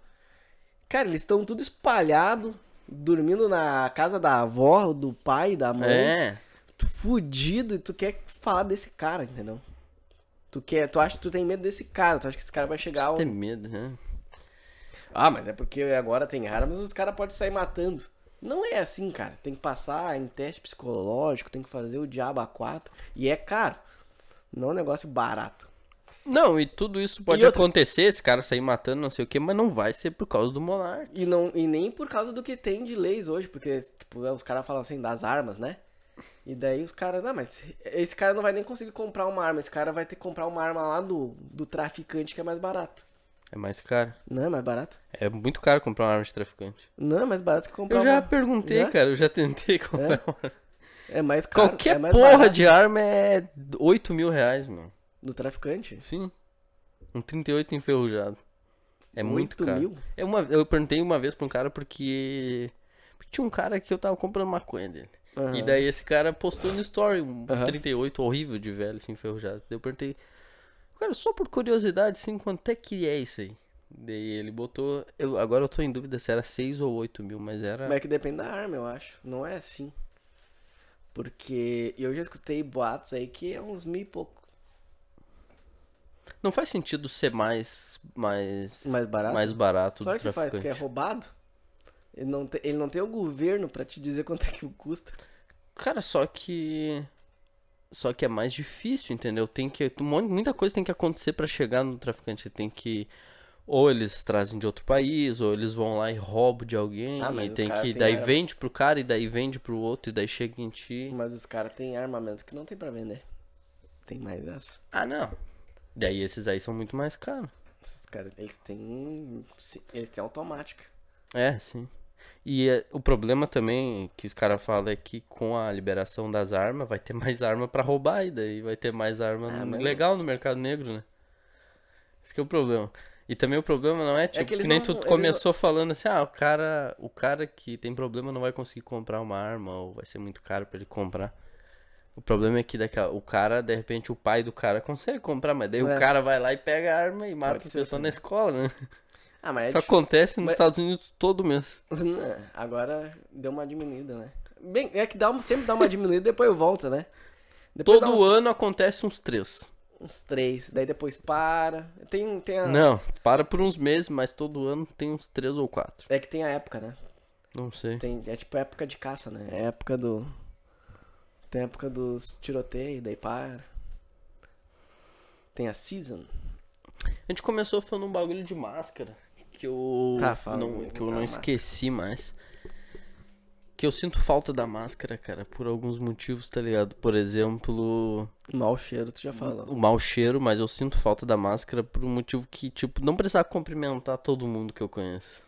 [SPEAKER 1] Cara, eles estão tudo espalhado, dormindo na casa da avó, do pai, da mãe.
[SPEAKER 2] É.
[SPEAKER 1] Tu fudido e tu quer falar desse cara, entendeu? Tu quer, tu acha que tu tem medo desse cara, tu acha que esse cara vai chegar ao...
[SPEAKER 2] Tem medo, né?
[SPEAKER 1] Ah, mas é porque agora tem armas, os caras podem sair matando. Não é assim, cara. Tem que passar em teste psicológico, tem que fazer o diabo a quatro. E é caro. Não é um negócio barato.
[SPEAKER 2] Não, e tudo isso pode
[SPEAKER 1] E outra-
[SPEAKER 2] acontecer, esse cara sair matando, não sei o que, mas não vai ser por causa do Monark.
[SPEAKER 1] E, não, e nem por causa do que tem de leis hoje, porque tipo, os caras falam assim, das armas, né? E daí os caras, não, mas esse cara não vai nem conseguir comprar uma arma, esse cara vai ter que comprar uma arma lá do, do traficante que é mais barato.
[SPEAKER 2] É mais caro.
[SPEAKER 1] Não é mais barato?
[SPEAKER 2] É muito caro comprar uma arma de traficante.
[SPEAKER 1] Não é mais barato que comprar
[SPEAKER 2] Eu já
[SPEAKER 1] uma...
[SPEAKER 2] perguntei,
[SPEAKER 1] Já?
[SPEAKER 2] cara, eu já tentei [laughs] comprar uma arma.
[SPEAKER 1] É mais caro.
[SPEAKER 2] Qualquer
[SPEAKER 1] é mais
[SPEAKER 2] porra
[SPEAKER 1] barato
[SPEAKER 2] de arma é 8 mil reais, mano.
[SPEAKER 1] Do traficante?
[SPEAKER 2] Sim. Um 38 enferrujado. É muito
[SPEAKER 1] Oito
[SPEAKER 2] caro.
[SPEAKER 1] mil?
[SPEAKER 2] É uma, eu perguntei uma vez pra um cara porque. porque Tinha um cara que eu tava comprando maconha dele.
[SPEAKER 1] Aham.
[SPEAKER 2] E daí esse cara postou no story um
[SPEAKER 1] Ah. Aham.
[SPEAKER 2] 38 horrível de velho, assim, enferrujado. Daí eu perguntei. Cara, só por curiosidade, assim, quanto é que é isso aí? Daí ele botou. Eu, agora eu tô em dúvida se era 6 ou 8 mil, mas era.
[SPEAKER 1] Mas é que depende da arma, eu acho. Não é assim. Porque eu já escutei boatos aí que é uns mil e pouco.
[SPEAKER 2] Não faz sentido ser mais. Mais,
[SPEAKER 1] Mais barato?
[SPEAKER 2] mais barato
[SPEAKER 1] Claro
[SPEAKER 2] do
[SPEAKER 1] que faz,
[SPEAKER 2] traficante.
[SPEAKER 1] porque é roubado. Ele não, tem, ele não tem o governo pra te dizer quanto é que [laughs] custa.
[SPEAKER 2] Cara, só que. Só que é mais difícil, entendeu? Tem que. um monte- Muita coisa tem que acontecer pra chegar no traficante. Tem que. Ou eles trazem de outro país, ou eles vão lá e roubam de alguém.
[SPEAKER 1] Ah, mas
[SPEAKER 2] e
[SPEAKER 1] os
[SPEAKER 2] tem
[SPEAKER 1] cara
[SPEAKER 2] que.
[SPEAKER 1] tem
[SPEAKER 2] Daí
[SPEAKER 1] arma.
[SPEAKER 2] vende pro cara, e daí vende pro outro, e daí chega em ti.
[SPEAKER 1] Mas os caras têm armamento que não tem pra vender. Tem mais essa.
[SPEAKER 2] Ah, não. Daí esses aí são muito mais caros.
[SPEAKER 1] Esses caras, eles têm. sim, Eles têm automática.
[SPEAKER 2] É, sim. E é, o problema também que os caras falam é que com a liberação das armas vai ter [laughs] mais arma pra roubar e daí vai ter mais arma
[SPEAKER 1] Ah,
[SPEAKER 2] no-
[SPEAKER 1] mas-
[SPEAKER 2] legal no mercado negro, né? Esse que é o problema. E também o problema não é, tipo,
[SPEAKER 1] que eles
[SPEAKER 2] nem
[SPEAKER 1] não-
[SPEAKER 2] tu
[SPEAKER 1] eles não-
[SPEAKER 2] começou falando assim, ah, o cara, o cara que tem problema não vai conseguir comprar uma arma ou vai ser muito caro pra ele comprar. O problema é que daqui a- o cara, de repente, o pai do cara consegue comprar, mas daí o
[SPEAKER 1] É.
[SPEAKER 2] cara vai lá e pega a arma e mata
[SPEAKER 1] Pode
[SPEAKER 2] a
[SPEAKER 1] ser
[SPEAKER 2] pessoa na escola, né?
[SPEAKER 1] Ah, mas é
[SPEAKER 2] Isso
[SPEAKER 1] difícil.
[SPEAKER 2] acontece nos
[SPEAKER 1] mas-
[SPEAKER 2] Estados Unidos todo mês.
[SPEAKER 1] Não, [laughs] Agora deu uma diminuída, né? Bem, é que dá, um- sempre dá
[SPEAKER 2] [laughs]
[SPEAKER 1] uma diminuída e depois volta, né? Depois dá
[SPEAKER 2] Todo
[SPEAKER 1] uns
[SPEAKER 2] ano acontece uns três.
[SPEAKER 1] Uns três, daí depois para. Tem, tem a...
[SPEAKER 2] Não, para por uns meses, mas todo ano tem uns três ou quatro.
[SPEAKER 1] É que tem a época, né?
[SPEAKER 2] Não sei.
[SPEAKER 1] Tem, é tipo época de caça, né? É época do. Tem a época dos tiroteios, daí para. Tem a season.
[SPEAKER 2] A gente começou falando um bagulho de máscara. Que eu
[SPEAKER 1] Tá, fala,
[SPEAKER 2] não,
[SPEAKER 1] vou
[SPEAKER 2] que eu
[SPEAKER 1] botar
[SPEAKER 2] não
[SPEAKER 1] a
[SPEAKER 2] esqueci mais. Que eu sinto falta da máscara, cara, por alguns motivos, tá ligado? Por exemplo,
[SPEAKER 1] Mau cheiro, tu já falou.
[SPEAKER 2] o mau cheiro, mas eu sinto falta da máscara por um motivo que, tipo, não precisar cumprimentar todo mundo que eu conheço.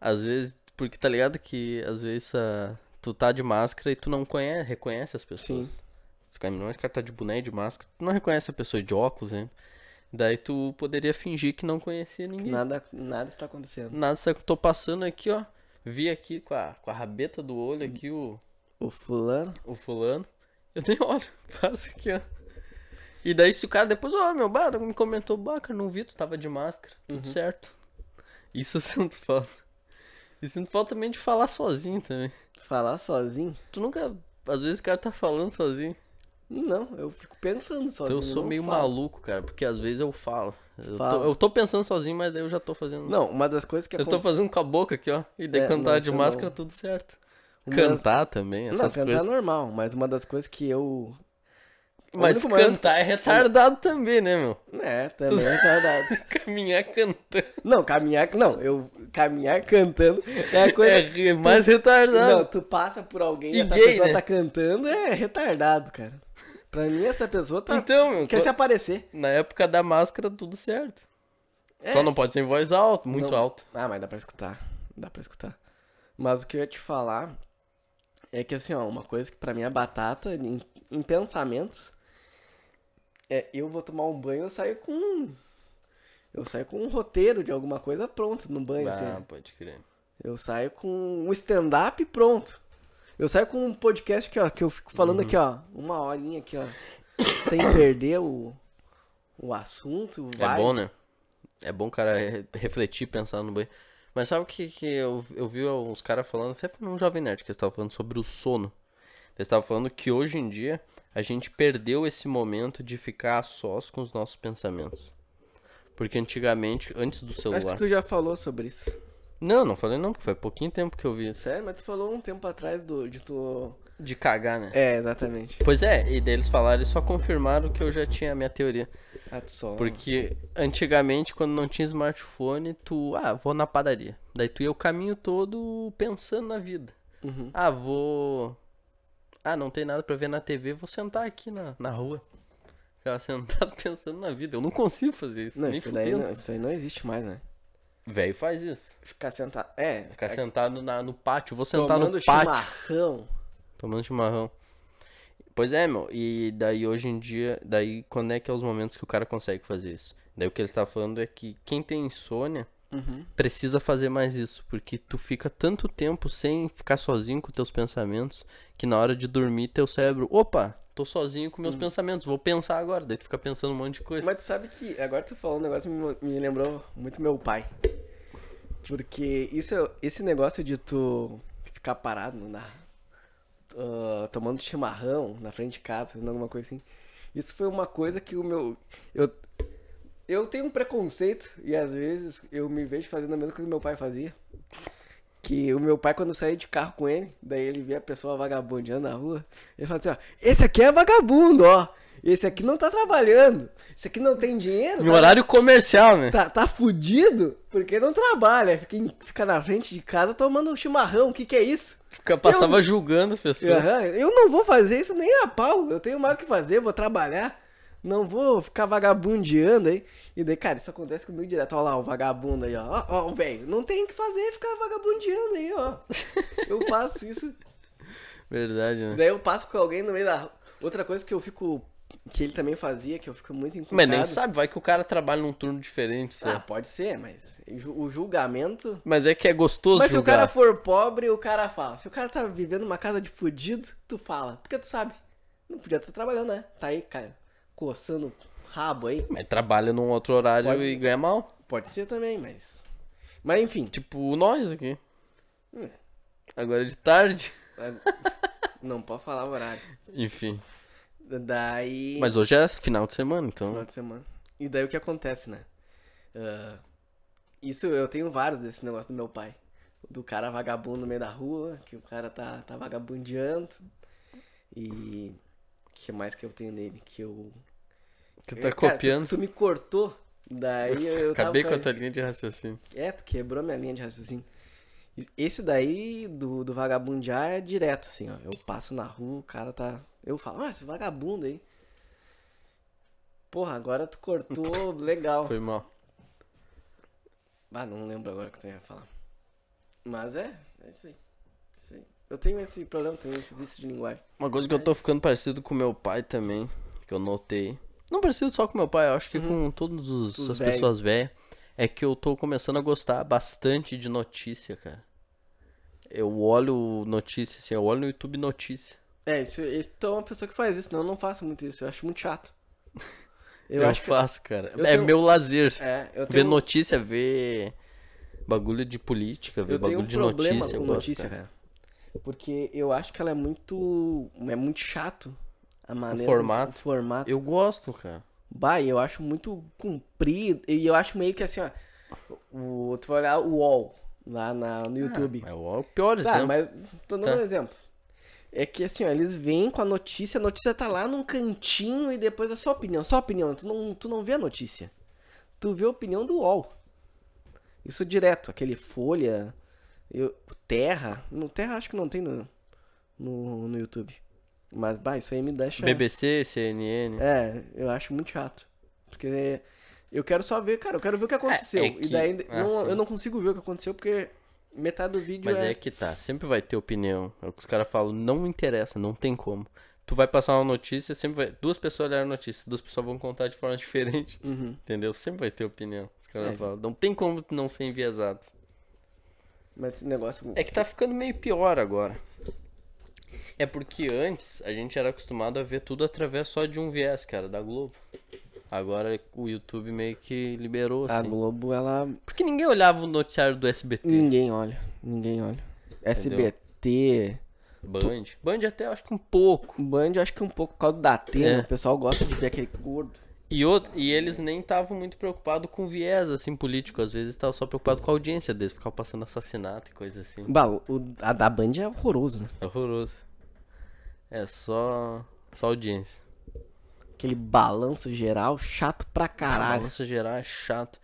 [SPEAKER 2] Às vezes, porque tá ligado que às vezes ah, tu tá de máscara e tu não conhece, reconhece as pessoas.
[SPEAKER 1] Sim.
[SPEAKER 2] Os caras, não, esse cara tá de boné e de máscara, tu não reconhece a pessoa e de óculos, né? Daí tu poderia fingir que não conhecia ninguém.
[SPEAKER 1] Nada, nada está acontecendo.
[SPEAKER 2] Nada, sabe? Tô passando aqui, ó. Vi aqui com a, com a rabeta do olho aqui o,
[SPEAKER 1] O fulano.
[SPEAKER 2] o fulano. Eu nem olho, [laughs] faço aqui, ó. E daí se o cara depois, ó, meu, bah, me comentou, bah, cara, não vi, tu tava de máscara, tudo certo. Isso eu [laughs] sinto falta. E sinto falta também de falar sozinho também.
[SPEAKER 1] Falar sozinho?
[SPEAKER 2] Tu nunca, às vezes o cara tá falando sozinho.
[SPEAKER 1] Não, eu fico pensando sozinho.
[SPEAKER 2] Então eu sou
[SPEAKER 1] não
[SPEAKER 2] meio
[SPEAKER 1] falo.
[SPEAKER 2] maluco, cara, porque às vezes eu falo. Eu,
[SPEAKER 1] Fala.
[SPEAKER 2] Tô, eu tô pensando sozinho, mas daí eu já tô fazendo.
[SPEAKER 1] Não, uma das coisas que
[SPEAKER 2] eu tô
[SPEAKER 1] acontece.
[SPEAKER 2] fazendo com a boca aqui, ó. E daí
[SPEAKER 1] É,
[SPEAKER 2] cantar
[SPEAKER 1] não,
[SPEAKER 2] de
[SPEAKER 1] isso
[SPEAKER 2] máscara,
[SPEAKER 1] não.
[SPEAKER 2] tudo certo.
[SPEAKER 1] Uma-
[SPEAKER 2] Cantar também,
[SPEAKER 1] Não,
[SPEAKER 2] essas
[SPEAKER 1] cantar
[SPEAKER 2] coisas.
[SPEAKER 1] é normal, mas uma das coisas que eu. O
[SPEAKER 2] Mas
[SPEAKER 1] único momento-
[SPEAKER 2] cantar é retardado também, né, meu? [laughs]
[SPEAKER 1] É, também é retardado.
[SPEAKER 2] Caminhar cantando
[SPEAKER 1] Não, caminhar. Não, eu. Caminhar cantando é a coisa.
[SPEAKER 2] é re- mais retardado.
[SPEAKER 1] Não, tu passa por alguém e
[SPEAKER 2] E
[SPEAKER 1] essa
[SPEAKER 2] gay,
[SPEAKER 1] pessoa
[SPEAKER 2] né?
[SPEAKER 1] tá cantando, é retardado, cara. Pra mim, essa pessoa tá.
[SPEAKER 2] Então, meu,
[SPEAKER 1] [laughs] quer se
[SPEAKER 2] co-
[SPEAKER 1] aparecer.
[SPEAKER 2] na época da máscara, tudo certo. Só não pode ser em voz alta, muito
[SPEAKER 1] É. Não.
[SPEAKER 2] alta.
[SPEAKER 1] Ah, mas dá pra escutar. Dá pra escutar. Mas o que eu ia te falar é que, assim, ó, uma coisa que pra mim é batata em, em pensamentos é eu vou tomar um banho, eu saio com. Eu saio com um roteiro de alguma coisa pronto no banho, assim.
[SPEAKER 2] Ah, pode crer.
[SPEAKER 1] Eu saio com um stand-up pronto. Eu saio com um podcast aqui, ó, que eu fico falando
[SPEAKER 2] Uhum.
[SPEAKER 1] aqui, ó, uma horinha aqui, ó, sem perder o, o assunto, vai.
[SPEAKER 2] É bom, né? É bom o cara re- refletir, pensar no banho. Mas sabe o que, que eu, eu vi uns caras falando? Até foi num Jovem Nerd que eles estavam falando sobre o sono. Eles estavam falando que hoje em dia a gente perdeu esse momento de ficar a sós com os nossos pensamentos. Porque antigamente, antes do
[SPEAKER 1] Acho que
[SPEAKER 2] celular.
[SPEAKER 1] tu já falou sobre isso.
[SPEAKER 2] Não, não falei não, porque foi pouquinho tempo que eu vi isso. É
[SPEAKER 1] Sério, mas tu falou um tempo atrás do, de tu...
[SPEAKER 2] De cagar, né?
[SPEAKER 1] É, exatamente.
[SPEAKER 2] Pois é, e daí eles falaram e só confirmaram que eu já tinha a minha teoria.
[SPEAKER 1] Ah, tu só...
[SPEAKER 2] Porque antigamente, quando não tinha smartphone, tu, ah, vou na padaria. Daí tu ia o caminho todo pensando na vida.
[SPEAKER 1] Uhum.
[SPEAKER 2] Ah, vou. Ah, não tem nada pra ver na TV, vou sentar aqui na, na rua. Ficava [laughs] sentado pensando na vida. Eu não consigo fazer isso.
[SPEAKER 1] Não,
[SPEAKER 2] nem
[SPEAKER 1] isso daí
[SPEAKER 2] fudendo.
[SPEAKER 1] não, isso aí não existe mais, né?
[SPEAKER 2] Velho faz isso.
[SPEAKER 1] Ficar sentado... É,
[SPEAKER 2] Ficar
[SPEAKER 1] é,
[SPEAKER 2] sentado na, no pátio. Vou sentar
[SPEAKER 1] tomando
[SPEAKER 2] no pátio.
[SPEAKER 1] chimarrão.
[SPEAKER 2] Tomando chimarrão. Pois é, meu. E daí hoje em dia, daí quando é que é os momentos que o cara consegue fazer isso? Daí o que ele tá falando é que quem tem insônia
[SPEAKER 1] Uhum.
[SPEAKER 2] precisa fazer mais isso, porque tu fica tanto tempo sem ficar sozinho com teus pensamentos, que na hora de dormir teu cérebro, opa, tô sozinho
[SPEAKER 1] Hum.
[SPEAKER 2] com meus pensamentos, vou pensar agora. Daí tu fica pensando um monte de coisa.
[SPEAKER 1] Mas tu sabe que agora tu falou um negócio que me, me lembrou muito meu pai. Porque isso, é- esse negócio de tu ficar parado na, ah, tomando chimarrão na frente de casa, fazendo alguma coisa assim. Isso foi uma coisa que o meu. Eu, eu tenho um preconceito e às vezes eu me vejo fazendo a mesma coisa que meu pai fazia. Que o meu pai, quando eu saía de carro com ele, daí ele via a pessoa vagabundeando na rua, ele fala assim: ó, esse aqui é vagabundo, ó. Esse aqui não tá trabalhando. Esse aqui não tem dinheiro.
[SPEAKER 2] Em
[SPEAKER 1] tá
[SPEAKER 2] horário comercial, né?
[SPEAKER 1] tá, tá fudido porque não trabalha. Fica, em- fica na frente de casa tomando um chimarrão. O que, que é isso?
[SPEAKER 2] Fica, passava julgando as pessoas.
[SPEAKER 1] Aham, Eu não vou fazer isso nem a pau. Eu tenho mais o que fazer, vou trabalhar. Não vou ficar vagabundeando aí. E daí, cara, isso acontece comigo direto. Olha lá o vagabundo aí, ó. Ó, ó, o velho. Não tem o que fazer, ficar vagabundeando aí,
[SPEAKER 2] [laughs]
[SPEAKER 1] ó. Eu faço isso.
[SPEAKER 2] Verdade, né?
[SPEAKER 1] Daí eu passo com alguém no meio da. rua. Outra coisa que eu fico. Que ele também fazia, que eu fico muito
[SPEAKER 2] Mas
[SPEAKER 1] inculcado.
[SPEAKER 2] nem sabe, né? vai que o cara trabalha num turno diferente, sabe?
[SPEAKER 1] Ah, pode ser, mas ju- o julgamento.
[SPEAKER 2] Mas é que é gostoso
[SPEAKER 1] Mas se o
[SPEAKER 2] julgar.
[SPEAKER 1] cara for pobre, o cara fala. Se o cara tá vivendo uma casa de fudido, tu fala. Porque tu sabe. Não podia estar trabalhando, né? Tá aí, cara, coçando o rabo aí.
[SPEAKER 2] Mas trabalha num outro horário
[SPEAKER 1] Pode-
[SPEAKER 2] e ganha mal.
[SPEAKER 1] Pode ser também, mas. Mas enfim.
[SPEAKER 2] Tipo nós aqui.
[SPEAKER 1] Hum.
[SPEAKER 2] Agora é de tarde.
[SPEAKER 1] é,
[SPEAKER 2] [laughs]
[SPEAKER 1] Não pode falar o horário.
[SPEAKER 2] Enfim.
[SPEAKER 1] Daí.
[SPEAKER 2] Mas hoje é final de semana, então.
[SPEAKER 1] Final de semana. E daí o que acontece, né? Ah, isso eu tenho vários desse negócio do meu pai. Do cara vagabundo no meio da rua, que o cara tá, tá vagabundeando. E. O que mais que eu tenho nele? Que eu.
[SPEAKER 2] Tu
[SPEAKER 1] É,
[SPEAKER 2] tá
[SPEAKER 1] cara,
[SPEAKER 2] copiando.
[SPEAKER 1] Tu, tu me cortou. Daí eu, eu tava.
[SPEAKER 2] Acabei com a
[SPEAKER 1] com-
[SPEAKER 2] tua linha de raciocínio.
[SPEAKER 1] É, tu quebrou minha linha de raciocínio. E Esse daí do, do vagabundear é direto, assim, ó. Eu passo na rua, o cara tá. Eu falo, ah, esse vagabundo aí. Porra, agora tu
[SPEAKER 2] [laughs]
[SPEAKER 1] cortou legal.
[SPEAKER 2] Foi mal.
[SPEAKER 1] Ah, não lembro agora o que tu ia falar. Mas é, é isso aí. É Isso aí. Eu tenho esse problema, tenho esse vício de linguagem.
[SPEAKER 2] Uma coisa que eu
[SPEAKER 1] É.
[SPEAKER 2] tô ficando parecido com meu pai também, que eu notei. Não parecido só com meu pai, eu acho que com todas
[SPEAKER 1] Uhum. Os
[SPEAKER 2] as
[SPEAKER 1] velho.
[SPEAKER 2] pessoas velhas. É que eu tô começando a gostar bastante de notícia, cara. eu olho notícia, assim, eu olho no YouTube notícia.
[SPEAKER 1] É, isso, então é uma pessoa que faz isso, não, eu não faço muito isso, eu acho muito
[SPEAKER 2] [laughs]
[SPEAKER 1] chato.
[SPEAKER 2] Eu,
[SPEAKER 1] acho
[SPEAKER 2] faço, cara.
[SPEAKER 1] eu
[SPEAKER 2] é
[SPEAKER 1] tenho-
[SPEAKER 2] meu lazer.
[SPEAKER 1] que. É, eu
[SPEAKER 2] Ver
[SPEAKER 1] tenho,
[SPEAKER 2] notícia, ver bagulho de política, ver
[SPEAKER 1] eu tenho
[SPEAKER 2] bagulho
[SPEAKER 1] um
[SPEAKER 2] de
[SPEAKER 1] problema
[SPEAKER 2] notícia.
[SPEAKER 1] com
[SPEAKER 2] eu gosto,
[SPEAKER 1] notícia,
[SPEAKER 2] cara.
[SPEAKER 1] velho. Porque eu acho que ela é muito. É muito chato a maneira.
[SPEAKER 2] formato.
[SPEAKER 1] O formato.
[SPEAKER 2] Eu gosto, cara.
[SPEAKER 1] Bah, e eu acho muito comprido. E eu acho meio que assim, ó. O, tu vai olhar o UOL lá na, no YouTube.
[SPEAKER 2] É o pior
[SPEAKER 1] tá,
[SPEAKER 2] exemplo.
[SPEAKER 1] mas tô dando
[SPEAKER 2] Tá.
[SPEAKER 1] um exemplo. É que assim, ó, eles vêm com a notícia, a notícia tá lá num cantinho e depois é só opinião, só opinião. Tu não, tu não vê a notícia. Tu vê a opinião do UOL. Isso direto, aquele Folha, eu- Terra. No Terra acho que não tem no, no, no YouTube. Mas, bah, isso aí me deixa.
[SPEAKER 2] BBC, CNN.
[SPEAKER 1] É, eu acho muito chato. Porque eu quero só ver, cara, eu quero ver o que aconteceu.
[SPEAKER 2] é que-
[SPEAKER 1] E daí
[SPEAKER 2] Ah,
[SPEAKER 1] não-
[SPEAKER 2] sim.
[SPEAKER 1] eu não consigo ver o que aconteceu porque metade do vídeo
[SPEAKER 2] Mas
[SPEAKER 1] é...
[SPEAKER 2] é que tá, sempre vai ter opinião. É o que os caras falam, não interessa, não tem como. Tu vai passar uma notícia, sempre vai. Duas pessoas olharam a notícia, duas pessoas vão contar de forma [laughs] diferente.
[SPEAKER 1] Uhum.
[SPEAKER 2] Entendeu? Sempre vai ter opinião. Os caras
[SPEAKER 1] É.
[SPEAKER 2] falam, não tem como tu não ser enviesado.
[SPEAKER 1] Mas esse negócio.
[SPEAKER 2] É que tá ficando meio pior agora. É porque antes a gente era acostumado a ver tudo através só de um viés, cara, da Globo. Agora o YouTube meio que liberou,
[SPEAKER 1] a
[SPEAKER 2] assim.
[SPEAKER 1] Globo, ela.
[SPEAKER 2] Porque ninguém olhava o noticiário do SBT.
[SPEAKER 1] Ninguém olha. Ninguém olha. SBT.
[SPEAKER 2] Band. Band até acho que um pouco.
[SPEAKER 1] Band, eu acho que um pouco por causa da Atena.
[SPEAKER 2] É.
[SPEAKER 1] O pessoal gosta de ver aquele gordo.
[SPEAKER 2] E, outro, e eles nem estavam muito preocupados com viés, assim, político. Às vezes estavam só preocupados com a audiência deles, ficavam passando assassinato e coisa assim.
[SPEAKER 1] Bah, o, o- a da Band é horroroso, né?
[SPEAKER 2] É horroroso. É só. Só audiência.
[SPEAKER 1] Aquele balanço geral, chato pra caralho.
[SPEAKER 2] Ah, Balança geral é chato.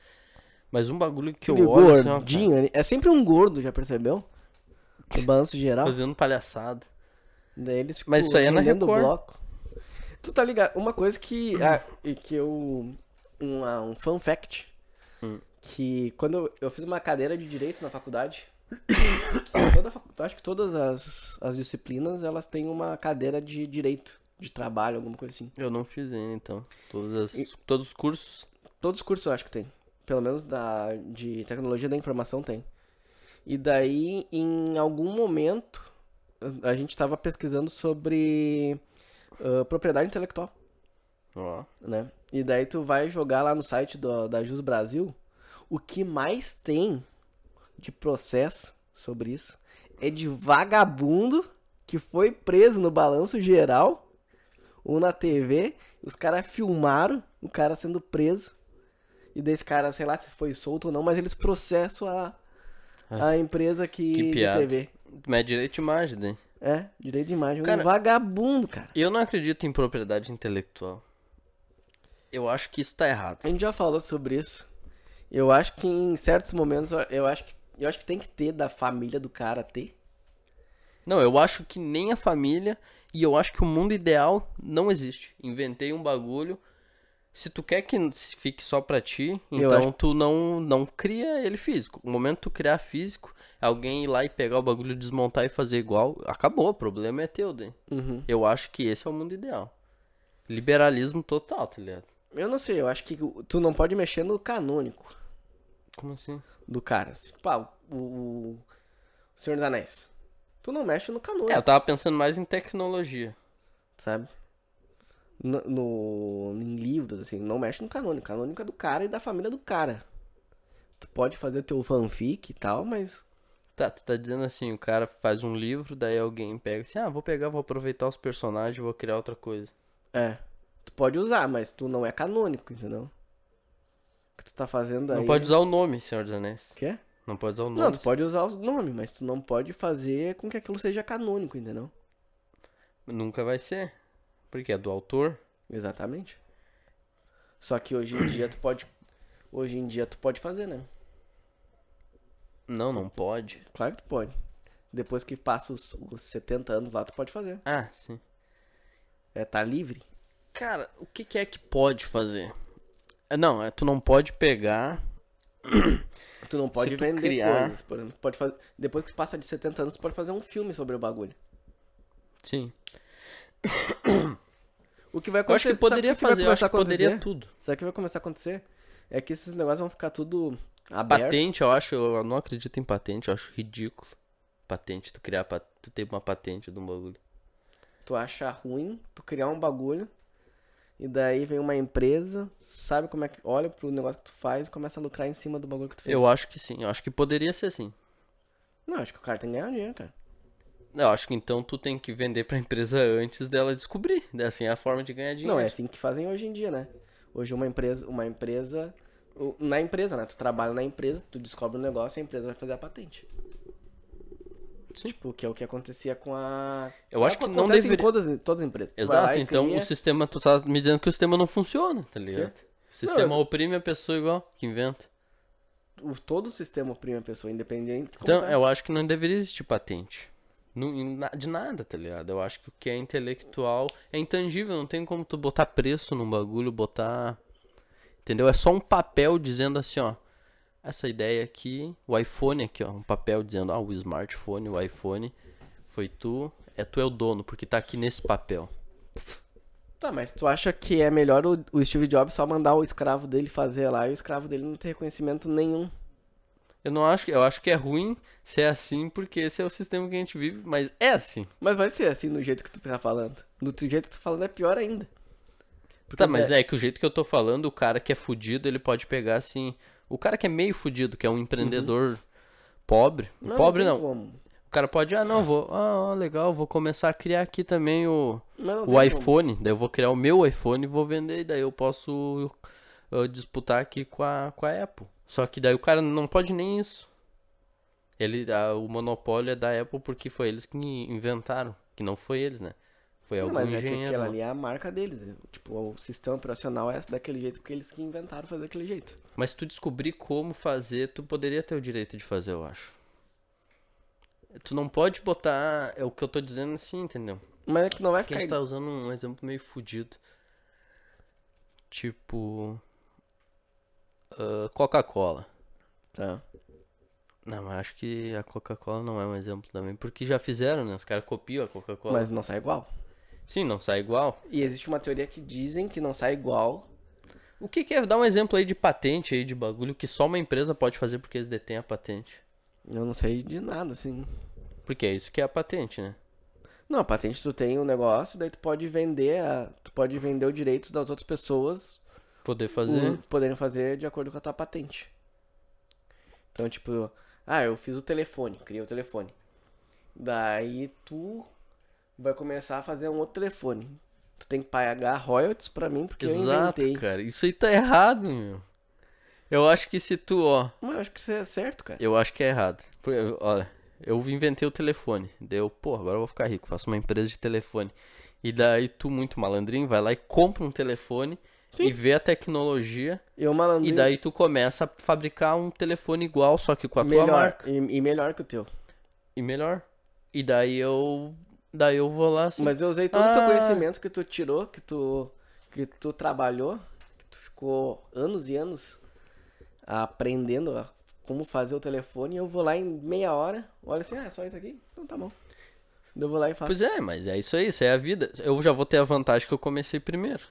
[SPEAKER 2] Mas um bagulho que
[SPEAKER 1] Aquele
[SPEAKER 2] eu olho assim, ó, cara,
[SPEAKER 1] gordinho ali. É sempre um gordo, já percebeu? O balanço geral.
[SPEAKER 2] fazendo palhaçada.
[SPEAKER 1] Daí eles ficam
[SPEAKER 2] Mas isso aí é na
[SPEAKER 1] vendendo
[SPEAKER 2] Record.
[SPEAKER 1] bloco. Tu tá ligado? Uma coisa que, ah, e que eu. Um, ah, um fun fact.
[SPEAKER 2] Hum.
[SPEAKER 1] Que quando eu, eu fiz uma cadeira de direito na faculdade. [coughs] que toda facu- acho que todas as, as disciplinas elas têm uma cadeira de direito, de trabalho, alguma coisa assim.
[SPEAKER 2] Eu não fiz ainda, então. Todas as- Todos os cursos.
[SPEAKER 1] Todos os cursos eu acho que tem. Pelo menos da, de tecnologia da informação tem. E daí, em algum momento, a a gente tava pesquisando sobre ah, propriedade intelectual,
[SPEAKER 2] Ó.
[SPEAKER 1] né? E daí tu vai jogar lá no site do- da Jus Brasil, o que mais tem de processo sobre isso é de vagabundo que foi preso no balanço geral ou na TV, os caras filmaram o cara sendo preso. E desse cara, sei lá se foi solto ou não, mas eles processam a, a empresa que,
[SPEAKER 2] É. que
[SPEAKER 1] de
[SPEAKER 2] piada.
[SPEAKER 1] TV.
[SPEAKER 2] Mas é direito de imagem, né?
[SPEAKER 1] É, direito de imagem.
[SPEAKER 2] Cara-
[SPEAKER 1] um vagabundo, cara.
[SPEAKER 2] Eu não acredito em propriedade intelectual. Eu acho que isso tá errado.
[SPEAKER 1] A gente já falou sobre isso. Eu acho que em certos momentos, eu- eu acho que, eu acho que tem que ter da família do cara ter.
[SPEAKER 2] Não, eu acho que nem a família e eu acho que o mundo ideal não existe. Inventei um bagulho. Se tu quer que se fique só pra ti,
[SPEAKER 1] Eu
[SPEAKER 2] então tu não não cria ele físico. O momento que tu criar físico, é alguém ir lá e pegar o bagulho, desmontar e fazer igual, acabou. O problema é teu, daí.
[SPEAKER 1] Uhum.
[SPEAKER 2] Eu acho que esse é o mundo ideal. Liberalismo total, tá ligado?
[SPEAKER 1] Eu não sei, eu acho que tu não pode mexer no canônico
[SPEAKER 2] Como assim?
[SPEAKER 1] do cara. Tipo, ah, o, o, o Senhor dos Anéis. Tu não mexe no canônico.
[SPEAKER 2] É, eu tava pensando mais em tecnologia.
[SPEAKER 1] sabe? No, no- em livros, assim, não mexe no canônico. Canônico é do cara e da família do cara. Tu pode fazer teu fanfic e tal, mas.
[SPEAKER 2] Tá, tu tá dizendo assim, o cara faz um livro, daí alguém pega assim, ah, vou pegar, vou aproveitar os personagens, vou criar outra coisa.
[SPEAKER 1] É. Tu pode usar, mas tu não é canônico, entendeu? O que tu tá fazendo aí.
[SPEAKER 2] Não pode usar o nome, Senhor dos Anéis.
[SPEAKER 1] Quê?
[SPEAKER 2] é- Não pode usar o nome.
[SPEAKER 1] Não, tu pode usar os nomes, mas tu não pode fazer com que aquilo seja canônico, entendeu?
[SPEAKER 2] Nunca vai ser. Porque é do autor.
[SPEAKER 1] Exatamente. Só que hoje em dia tu pode. Hoje em dia tu pode fazer, né?
[SPEAKER 2] Não, não pode.
[SPEAKER 1] Claro que tu pode. Depois que passa os, os 70 anos lá, tu pode fazer.
[SPEAKER 2] Ah, sim.
[SPEAKER 1] É, tá livre.
[SPEAKER 2] Cara, o que, que é que pode fazer? É, Não, é, tu não pode pegar.
[SPEAKER 1] Tu não pode
[SPEAKER 2] Se tu
[SPEAKER 1] vender
[SPEAKER 2] criar-
[SPEAKER 1] coisas, por exemplo. Pode fazer... Depois que você passa de 70 anos, você pode fazer um filme sobre o bagulho.
[SPEAKER 2] Sim.
[SPEAKER 1] O que vai
[SPEAKER 2] Eu
[SPEAKER 1] acontecer...
[SPEAKER 2] acho que poderia
[SPEAKER 1] sabe o
[SPEAKER 2] fazer, eu acho que
[SPEAKER 1] vai começar a
[SPEAKER 2] poderia
[SPEAKER 1] acontecer?
[SPEAKER 2] tudo.
[SPEAKER 1] Sabe o que vai começar a acontecer? É que esses negócios vão ficar tudo aberto.
[SPEAKER 2] Patente, eu acho, eu não acredito em patente, eu acho ridículo. Patente, tu criar, pa- tu ter uma patente de um bagulho.
[SPEAKER 1] Tu acha ruim, tu criar um bagulho, e daí vem uma empresa, sabe como é que. Olha pro negócio que tu faz e começa a lucrar em cima do bagulho que tu fez.
[SPEAKER 2] Eu acho que sim, eu acho que poderia ser assim.
[SPEAKER 1] Não, acho que o cara tem que ganhar dinheiro, cara.
[SPEAKER 2] Eu acho que então tu tem que vender pra empresa antes dela descobrir. Daí, Assim é a forma de ganhar dinheiro.
[SPEAKER 1] Não, é assim que fazem hoje em dia, né? Hoje uma empresa, uma empresa. o- Na empresa, né? Tu trabalha na empresa, tu descobre um negócio e a empresa vai fazer a patente.
[SPEAKER 2] Sim.
[SPEAKER 1] Tipo, que é o que acontecia com a. É
[SPEAKER 2] Eu acho que não
[SPEAKER 1] acontece
[SPEAKER 2] deveria-
[SPEAKER 1] Em todas, em todas as empresas. Tu vai lá
[SPEAKER 2] Exato,
[SPEAKER 1] e
[SPEAKER 2] então
[SPEAKER 1] cria-
[SPEAKER 2] o sistema, tu tá me dizendo que o sistema não funciona, tá ligado? O sistema
[SPEAKER 1] Não, eu-
[SPEAKER 2] oprime a pessoa igual, que inventa.
[SPEAKER 1] o, todo o sistema oprime a pessoa, independente. de como
[SPEAKER 2] Então,
[SPEAKER 1] tá.
[SPEAKER 2] eu acho que não deveria existir patente. Nu- em na- De nada, tá ligado? Eu acho que o que é intelectual é intangível, não tem como tu botar preço num bagulho, botar. Entendeu? É só um papel dizendo assim, ó. Essa ideia aqui, o iPhone aqui, ó. Um papel dizendo, ah, o smartphone, o iPhone, foi tu, é tu é o dono, porque tá aqui nesse papel.
[SPEAKER 1] Tá, mas tu acha que é melhor o, o Steve Jobs só mandar o escravo dele fazer lá e o escravo dele não ter reconhecimento nenhum?
[SPEAKER 2] Eu não acho que. Eu acho que é ruim ser assim, porque esse é o sistema que a gente vive, mas é assim.
[SPEAKER 1] Mas vai ser assim no jeito que tu tá falando. Do teu jeito que tu tá falando é pior ainda.
[SPEAKER 2] tá, mas é que o jeito que eu tô falando, o cara que é fudido, ele pode pegar assim. O cara que é meio fudido, que é um empreendedor pobre.
[SPEAKER 1] Não,
[SPEAKER 2] pobre
[SPEAKER 1] não.
[SPEAKER 2] não.
[SPEAKER 1] tem como.
[SPEAKER 2] O cara pode, ah, não, vou. Ah, ó, legal, vou começar a criar aqui também o,
[SPEAKER 1] Mas não
[SPEAKER 2] o
[SPEAKER 1] tem como.
[SPEAKER 2] iPhone. Daí eu vou criar o meu iPhone e vou vender, e daí eu posso uh, disputar aqui com a, com a Apple. Só que daí o cara não pode nem isso. Ele, a- o monopólio é da Apple porque foi eles que inventaram. Que não foi eles, né? Foi
[SPEAKER 1] Não,
[SPEAKER 2] algum
[SPEAKER 1] mas é que
[SPEAKER 2] engenheiro.
[SPEAKER 1] aquela ali é a marca deles. né? Tipo, o sistema operacional é daquele jeito porque eles que inventaram fazer daquele jeito.
[SPEAKER 2] Mas se tu descobrir como fazer, tu poderia ter o direito de fazer, eu acho. Tu não pode botar. É o que eu tô dizendo assim, entendeu?
[SPEAKER 1] Mas é que não vai
[SPEAKER 2] Porque a
[SPEAKER 1] ficar.
[SPEAKER 2] gente tá usando um exemplo meio fudido. Tipo. ah, Coca-Cola.
[SPEAKER 1] Tá.
[SPEAKER 2] Não, mas acho que a Coca-Cola não é um exemplo também. Porque já fizeram, né? Os caras copiam a Coca-Cola.
[SPEAKER 1] Mas não sai igual.
[SPEAKER 2] Sim, não sai igual.
[SPEAKER 1] E existe uma teoria que dizem que não sai igual.
[SPEAKER 2] O que, que é? Dá um exemplo aí de patente aí, de bagulho que só uma empresa pode fazer porque eles detêm a patente.
[SPEAKER 1] Eu não sei de nada, assim.
[SPEAKER 2] Porque é isso que é a patente, né?
[SPEAKER 1] Não, a patente tu tem um negócio, daí tu pode vender a... Tu pode vender o direito das outras pessoas
[SPEAKER 2] Poder fazer.
[SPEAKER 1] o- poderem fazer de acordo com a tua patente. Então, tipo, ah, eu fiz o telefone, criei o telefone. Daí tu vai começar a fazer um outro telefone. Tu tem que pagar royalties pra mim porque
[SPEAKER 2] Exato,
[SPEAKER 1] eu inventei.
[SPEAKER 2] cara. Isso aí tá errado, meu. Eu acho que se tu, ó,
[SPEAKER 1] Mas eu acho que isso é certo, cara.
[SPEAKER 2] eu acho que é errado. Por- Olha, eu inventei o telefone. Deu, pô, agora eu vou ficar rico, faço uma empresa de telefone. E daí tu, muito malandrinho, vai lá e compra um telefone e vê a tecnologia.
[SPEAKER 1] Eu malandro.
[SPEAKER 2] E daí tu começa a fabricar um telefone igual, só que com a
[SPEAKER 1] melhor,
[SPEAKER 2] tua marca.
[SPEAKER 1] E, e melhor que o teu.
[SPEAKER 2] E melhor. E daí eu. Daí eu vou lá assim.
[SPEAKER 1] Mas eu usei todo o teu
[SPEAKER 2] Ah.
[SPEAKER 1] conhecimento que tu tirou, que tu, que tu trabalhou, que tu ficou anos e anos aprendendo a como fazer o telefone, e eu vou lá em meia hora, olha assim, ah, é só isso aqui? Então tá bom. Eu vou lá e faço.
[SPEAKER 2] Pois é, mas é isso aí, isso é a vida. Eu já vou ter a vantagem que eu comecei primeiro.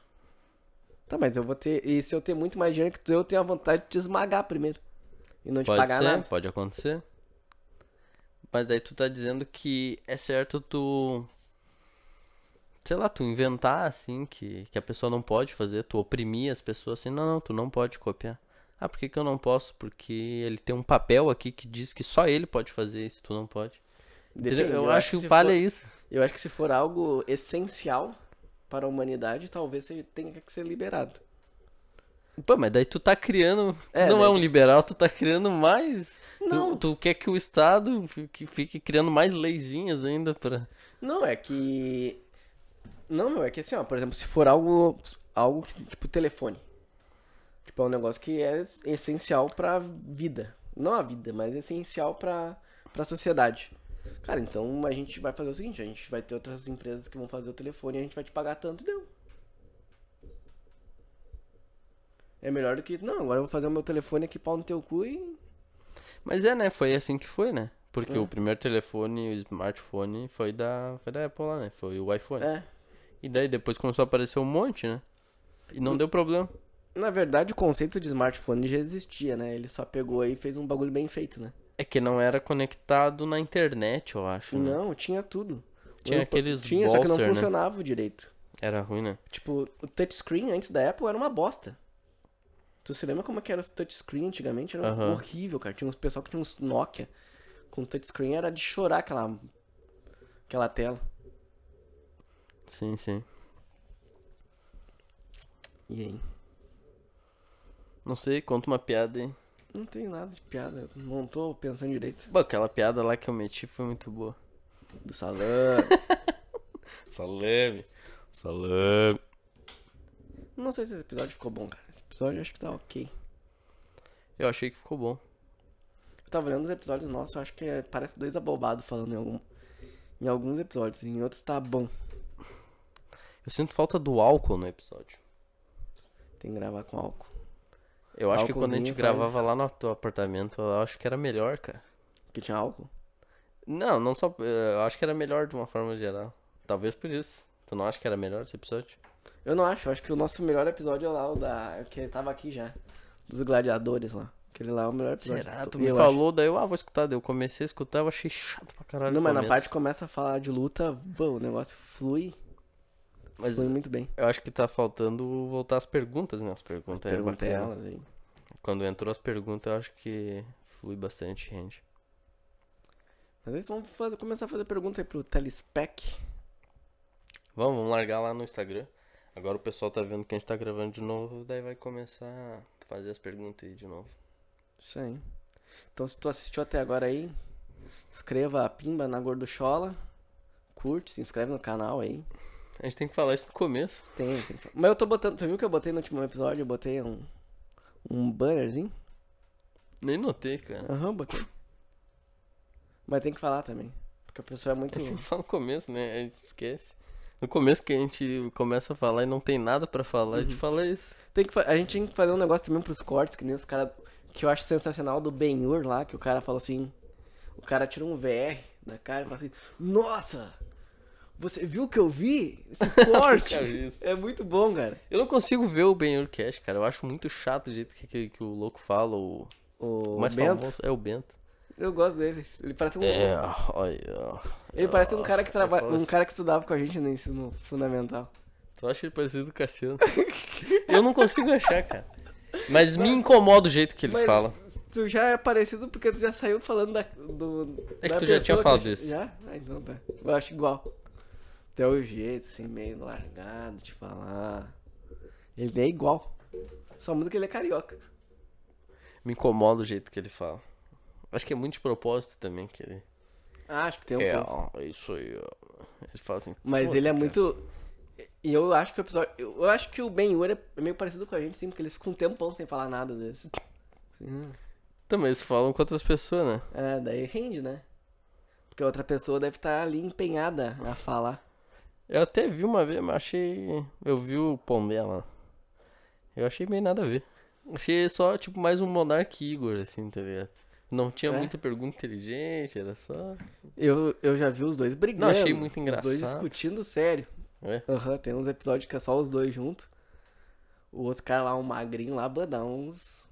[SPEAKER 1] Tá, mas eu vou ter. E se eu ter muito mais dinheiro que tu, eu tenho a vontade de te esmagar primeiro. E não te
[SPEAKER 2] Pode
[SPEAKER 1] pagar
[SPEAKER 2] ser,
[SPEAKER 1] nada.
[SPEAKER 2] pode acontecer. Mas daí tu tá dizendo que é certo tu. Sei lá, tu inventar assim, que, que a pessoa não pode fazer, tu oprimir as pessoas assim, não, não, tu não pode copiar. Ah, por que, que eu não posso? Porque ele tem um papel aqui que diz que só ele pode fazer isso, tu não pode. Entendeu?
[SPEAKER 1] Depende,
[SPEAKER 2] eu, acho que
[SPEAKER 1] se
[SPEAKER 2] o palha é
[SPEAKER 1] for-
[SPEAKER 2] isso.
[SPEAKER 1] Eu acho que se for algo essencial para a humanidade, talvez você tenha que ser liberado.
[SPEAKER 2] Pô, mas daí tu tá criando. Tu
[SPEAKER 1] É,
[SPEAKER 2] não é
[SPEAKER 1] daí
[SPEAKER 2] um
[SPEAKER 1] tu-
[SPEAKER 2] liberal, tu tá criando mais.
[SPEAKER 1] Não.
[SPEAKER 2] Tu, tu quer que o Estado fique, fique criando mais leizinhas ainda pra.
[SPEAKER 1] Não, é que. Não, meu, é que assim, ó, por exemplo, se for algo. Algo que, tipo, telefone. Tipo, é um negócio que é essencial pra vida. Não a vida, mas é essencial pra, pra sociedade. Cara, então a gente vai fazer o seguinte, a gente vai ter outras empresas que vão fazer o telefone e a gente vai te pagar tanto e deu. É melhor do que. Não, agora eu vou fazer o meu telefone aqui, pau no teu cu e.
[SPEAKER 2] Mas é, né? Foi assim que foi, né? Porque
[SPEAKER 1] É.
[SPEAKER 2] o primeiro telefone, o smartphone, foi da, foi da Apple lá, né? Foi o iPhone.
[SPEAKER 1] É.
[SPEAKER 2] E daí depois começou a aparecer um monte, né? E
[SPEAKER 1] Hum.
[SPEAKER 2] não deu problema.
[SPEAKER 1] Na verdade, o conceito de smartphone já existia, né? Ele só pegou aí e fez um bagulho bem feito, né?
[SPEAKER 2] É que não era conectado na internet, eu acho. né?
[SPEAKER 1] Tipo, Não, tinha tudo.
[SPEAKER 2] Tinha
[SPEAKER 1] Eu-
[SPEAKER 2] aqueles
[SPEAKER 1] Tinha, só que não
[SPEAKER 2] bolster, né?
[SPEAKER 1] funcionava direito.
[SPEAKER 2] Era ruim, né?
[SPEAKER 1] Tipo, o touchscreen antes da Apple era uma bosta. Tu se lembra como é que era o touchscreen antigamente? Era
[SPEAKER 2] Aham.
[SPEAKER 1] horrível, cara. Tinha uns pessoal que tinha uns Nokia com touchscreen, era de chorar aquela aquela tela.
[SPEAKER 2] Sim, sim.
[SPEAKER 1] E aí?
[SPEAKER 2] Não sei, conta uma piada aí.
[SPEAKER 1] Não tem nada de piada, eu não tô pensando direito.
[SPEAKER 2] Bom, aquela piada lá que eu meti foi muito boa.
[SPEAKER 1] Do
[SPEAKER 2] [laughs]
[SPEAKER 1] salão.
[SPEAKER 2] Salame. Salame.
[SPEAKER 1] não sei se esse episódio ficou bom, cara. Esse episódio eu acho que tá ok.
[SPEAKER 2] Eu achei que ficou bom.
[SPEAKER 1] Eu tava olhando os episódios nossos, eu acho que é- parece dois abobados falando em, algum, em alguns episódios, em outros tá bom.
[SPEAKER 2] Eu sinto falta do álcool no episódio.
[SPEAKER 1] Tem que gravar com álcool.
[SPEAKER 2] Eu acho que quando a gente
[SPEAKER 1] Álcoolzinho
[SPEAKER 2] gravava
[SPEAKER 1] faz-
[SPEAKER 2] lá no teu apartamento, eu acho que era melhor, cara.
[SPEAKER 1] Que tinha álcool?
[SPEAKER 2] Não, não só. eh, Eu acho que era melhor de uma forma geral. Talvez por isso. Tu não acha que era melhor esse episódio?
[SPEAKER 1] Eu não acho, eu acho que o nosso melhor episódio é lá, o da. que ele tava aqui já. Dos gladiadores lá. Aquele lá é o melhor episódio.
[SPEAKER 2] Será?
[SPEAKER 1] Eu
[SPEAKER 2] Tu me
[SPEAKER 1] acho.
[SPEAKER 2] falou, daí eu, ah, vou escutar. Daí eu comecei a escutar, eu achei chato pra caralho.
[SPEAKER 1] Não,
[SPEAKER 2] o
[SPEAKER 1] mas na
[SPEAKER 2] começo.
[SPEAKER 1] parte que começa a falar de luta, bom, o negócio flui.
[SPEAKER 2] Mas-
[SPEAKER 1] flui muito bem.
[SPEAKER 2] Eu acho que tá faltando voltar as perguntas, né? As perguntas é
[SPEAKER 1] Pergunta
[SPEAKER 2] bacana.
[SPEAKER 1] elas aí.
[SPEAKER 2] Quando entrou as perguntas, eu acho que flui bastante gente.
[SPEAKER 1] Às vezes vamos fazer- começar a fazer pergunta aí pro Telespec.
[SPEAKER 2] Vamos, vamos largar lá no Instagram. Agora o pessoal tá vendo que a gente tá gravando de novo, daí vai começar a fazer as perguntas aí de novo.
[SPEAKER 1] Isso aí. Então se tu assistiu até agora aí, escreva a Pimba na Gorduchola. Curte, se inscreve no canal aí.
[SPEAKER 2] A gente tem que falar isso no começo.
[SPEAKER 1] Tem, tem. que fa- Mas eu tô botando. Tu viu que eu botei no último episódio? Eu botei um. Um bannerzinho?
[SPEAKER 2] Nem notei, cara.
[SPEAKER 1] Aham, botei. Mas tem que falar também. Porque a pessoa é muito.
[SPEAKER 2] A gente tem que falar no começo, né? A gente esquece. No começo que a gente começa a falar e não tem nada pra falar, a gente fala isso.
[SPEAKER 1] Tem que fa- A gente tem que fazer um negócio também pros cortes, que nem os caras. Que eu acho sensacional do Benhur lá, que o cara falou assim. O cara tira um VR da cara e fala assim: Nossa! Você viu o que eu vi?
[SPEAKER 2] [laughs]
[SPEAKER 1] Esse corte!
[SPEAKER 2] Nunca vi isso.
[SPEAKER 1] é muito bom, cara.
[SPEAKER 2] Eu não consigo ver o Ben Urcash, cara. Eu acho muito chato o jeito que, que, que o louco fala. O,
[SPEAKER 1] O,
[SPEAKER 2] o mais
[SPEAKER 1] Bento,
[SPEAKER 2] famoso é o Bento.
[SPEAKER 1] eu gosto dele. Ele parece um.
[SPEAKER 2] É, olha.
[SPEAKER 1] Ele parece um cara que trabalha.
[SPEAKER 2] fala
[SPEAKER 1] Um
[SPEAKER 2] assim.
[SPEAKER 1] cara que estudava com a gente no ensino fundamental.
[SPEAKER 2] Tu acha ele parecido com o Cassiano? [laughs] eu não consigo achar, cara. Mas me incomoda o jeito que ele
[SPEAKER 1] Mas
[SPEAKER 2] fala.
[SPEAKER 1] Tu já é parecido porque tu já saiu falando da. Do,
[SPEAKER 2] É que
[SPEAKER 1] da
[SPEAKER 2] tu já
[SPEAKER 1] pessoa
[SPEAKER 2] tinha falado
[SPEAKER 1] que-
[SPEAKER 2] isso.
[SPEAKER 1] Já? Ah, então tá. Eu acho igual. Até o jeito, assim, meio largado de falar. Ele é igual. Só muda que ele é carioca.
[SPEAKER 2] Me incomoda o jeito que ele fala. Acho que é muito de propósito também que ele.
[SPEAKER 1] Ah, acho que tem um
[SPEAKER 2] é,
[SPEAKER 1] pouco.
[SPEAKER 2] ó, isso aí, ó. Ele fala assim.
[SPEAKER 1] Mas
[SPEAKER 2] "Pô,
[SPEAKER 1] ele é
[SPEAKER 2] cara,
[SPEAKER 1] muito. E eu acho que o episódio. Eu eu acho que o Ben Ur é meio parecido com a gente, sim, porque eles ficam um tempão sem falar nada às vezes. Hum.
[SPEAKER 2] Também eles falam com outras pessoas, né?
[SPEAKER 1] É, daí rende, né? Porque a outra pessoa deve estar ali empenhada a falar.
[SPEAKER 2] Eu até vi uma vez, mas achei. Eu vi o Pondela. Eu achei meio nada a ver. Achei só, tipo, mais um Monark Igor, assim, tá ligado? Não tinha
[SPEAKER 1] É?
[SPEAKER 2] muita pergunta inteligente, era só.
[SPEAKER 1] Eu, eu já vi os dois brigando.
[SPEAKER 2] Não, achei muito
[SPEAKER 1] Os dois
[SPEAKER 2] engraçado.
[SPEAKER 1] discutindo sério.
[SPEAKER 2] É.
[SPEAKER 1] Aham, tem uns episódios que é só os dois juntos. O outro cara lá, um magrinho lá, ba- dá uns.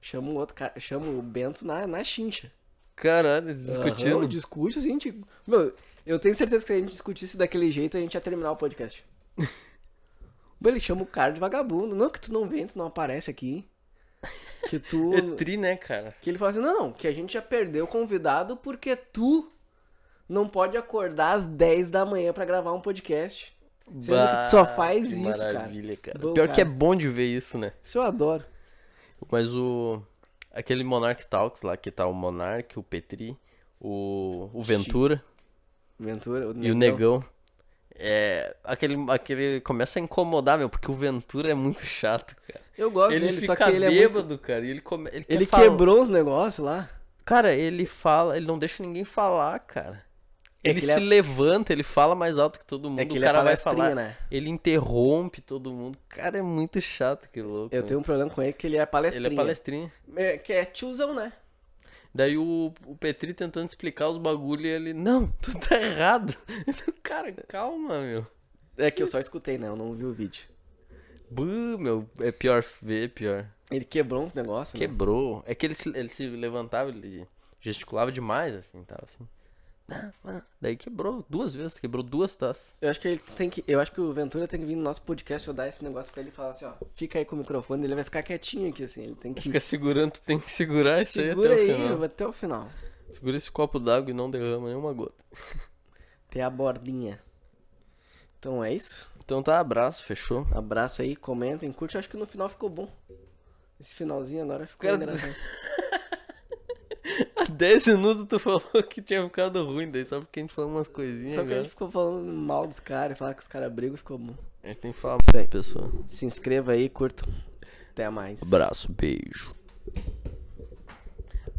[SPEAKER 1] Chama o outro cara, chama o Bento na, na chincha.
[SPEAKER 2] Caralho, eles
[SPEAKER 1] Aham,
[SPEAKER 2] discutindo.
[SPEAKER 1] discute, assim, tipo. Meu, eu tenho certeza que se a gente discutisse daquele jeito, a gente ia terminar o
[SPEAKER 2] [laughs]
[SPEAKER 1] podcast. Bom, Ele chama o cara de vagabundo. Não, que tu não vem, tu não aparece aqui. Que
[SPEAKER 2] [laughs]
[SPEAKER 1] tu.
[SPEAKER 2] É tri, né, cara?
[SPEAKER 1] Que ele fala assim, não, não, que a gente já perdeu o convidado porque tu não pode acordar às 10 da manhã pra gravar um podcast. Sendo que tu só
[SPEAKER 2] Bah,
[SPEAKER 1] faz
[SPEAKER 2] que
[SPEAKER 1] isso, cara.
[SPEAKER 2] maravilha, cara.
[SPEAKER 1] Bom,
[SPEAKER 2] Pior que é
[SPEAKER 1] cara.
[SPEAKER 2] bom de ver isso, né?
[SPEAKER 1] Isso eu adoro.
[SPEAKER 2] Mas o. Aquele Monarch Talks lá, que tá o Monark, o Petri, o, o Ventura
[SPEAKER 1] Ventura,
[SPEAKER 2] e o Negão. É. Aquele, aquele. Começa a incomodar, meu, porque o Ventura é muito chato, cara.
[SPEAKER 1] Eu gosto
[SPEAKER 2] Ele
[SPEAKER 1] dele,
[SPEAKER 2] fica
[SPEAKER 1] só que ele é
[SPEAKER 2] bêbado,
[SPEAKER 1] muito...
[SPEAKER 2] cara. E ele come... ele, quer
[SPEAKER 1] Ele
[SPEAKER 2] falar.
[SPEAKER 1] quebrou uns negócios lá.
[SPEAKER 2] Cara, ele fala, ele não deixa ninguém falar, cara.
[SPEAKER 1] É
[SPEAKER 2] Ele
[SPEAKER 1] que
[SPEAKER 2] se
[SPEAKER 1] ele é-
[SPEAKER 2] levanta, ele fala mais alto que todo mundo.
[SPEAKER 1] É que
[SPEAKER 2] o
[SPEAKER 1] ele é
[SPEAKER 2] cara vai
[SPEAKER 1] palestrinha,
[SPEAKER 2] falar.
[SPEAKER 1] né?
[SPEAKER 2] Ele interrompe todo mundo. Cara, é muito chato, que louco.
[SPEAKER 1] Eu
[SPEAKER 2] né?
[SPEAKER 1] tenho um problema com ele, que ele é palestrinha.
[SPEAKER 2] Ele é palestrinha.
[SPEAKER 1] É, que é tiozão, né?
[SPEAKER 2] Daí o, o Petri tentando explicar os bagulho e ele, não, tu tá errado. [laughs] Cara, calma, meu.
[SPEAKER 1] É que eu só escutei, né? Eu não vi o vídeo.
[SPEAKER 2] Buh, meu, é pior ver, pior.
[SPEAKER 1] Ele quebrou uns negócios, né?
[SPEAKER 2] Quebrou. É que ele se, ele se levantava, ele Gesticulava demais, assim, tava assim. Tá, tá. Daí quebrou duas vezes, quebrou duas taças.
[SPEAKER 1] Eu acho que ele tem que. Eu acho que o Ventura tem que vir no nosso podcast eu dar esse negócio pra ele e falar assim, ó, fica aí com o microfone, ele vai ficar quietinho aqui, assim. Ele tem que.
[SPEAKER 2] Fica segurando, tu tem que segurar isso aí
[SPEAKER 1] Segura
[SPEAKER 2] até
[SPEAKER 1] aí,
[SPEAKER 2] o final.
[SPEAKER 1] até o final.
[SPEAKER 2] Segura esse copo d'água e não derrama nenhuma gota.
[SPEAKER 1] Tem a bordinha. Então é isso.
[SPEAKER 2] Então tá, abraço, fechou. [laughs]
[SPEAKER 1] Abraça aí, comentem, curte. Eu acho que no final ficou bom. Esse finalzinho agora ficou
[SPEAKER 2] Cara, [laughs]
[SPEAKER 1] engraçado.
[SPEAKER 2] Há 10 minutos tu falou que tinha ficado ruim, daí só porque a gente falou umas coisinhas.
[SPEAKER 1] Só que a
[SPEAKER 2] agora.
[SPEAKER 1] gente ficou falando mal dos caras, falar que os caras brigam, ficou bom.
[SPEAKER 2] A gente tem que falar
[SPEAKER 1] Isso aí.
[SPEAKER 2] pessoal.
[SPEAKER 1] Se inscreva aí, curtam. Até mais.
[SPEAKER 2] Abraço, beijo.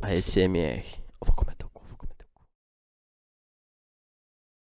[SPEAKER 2] ASMR.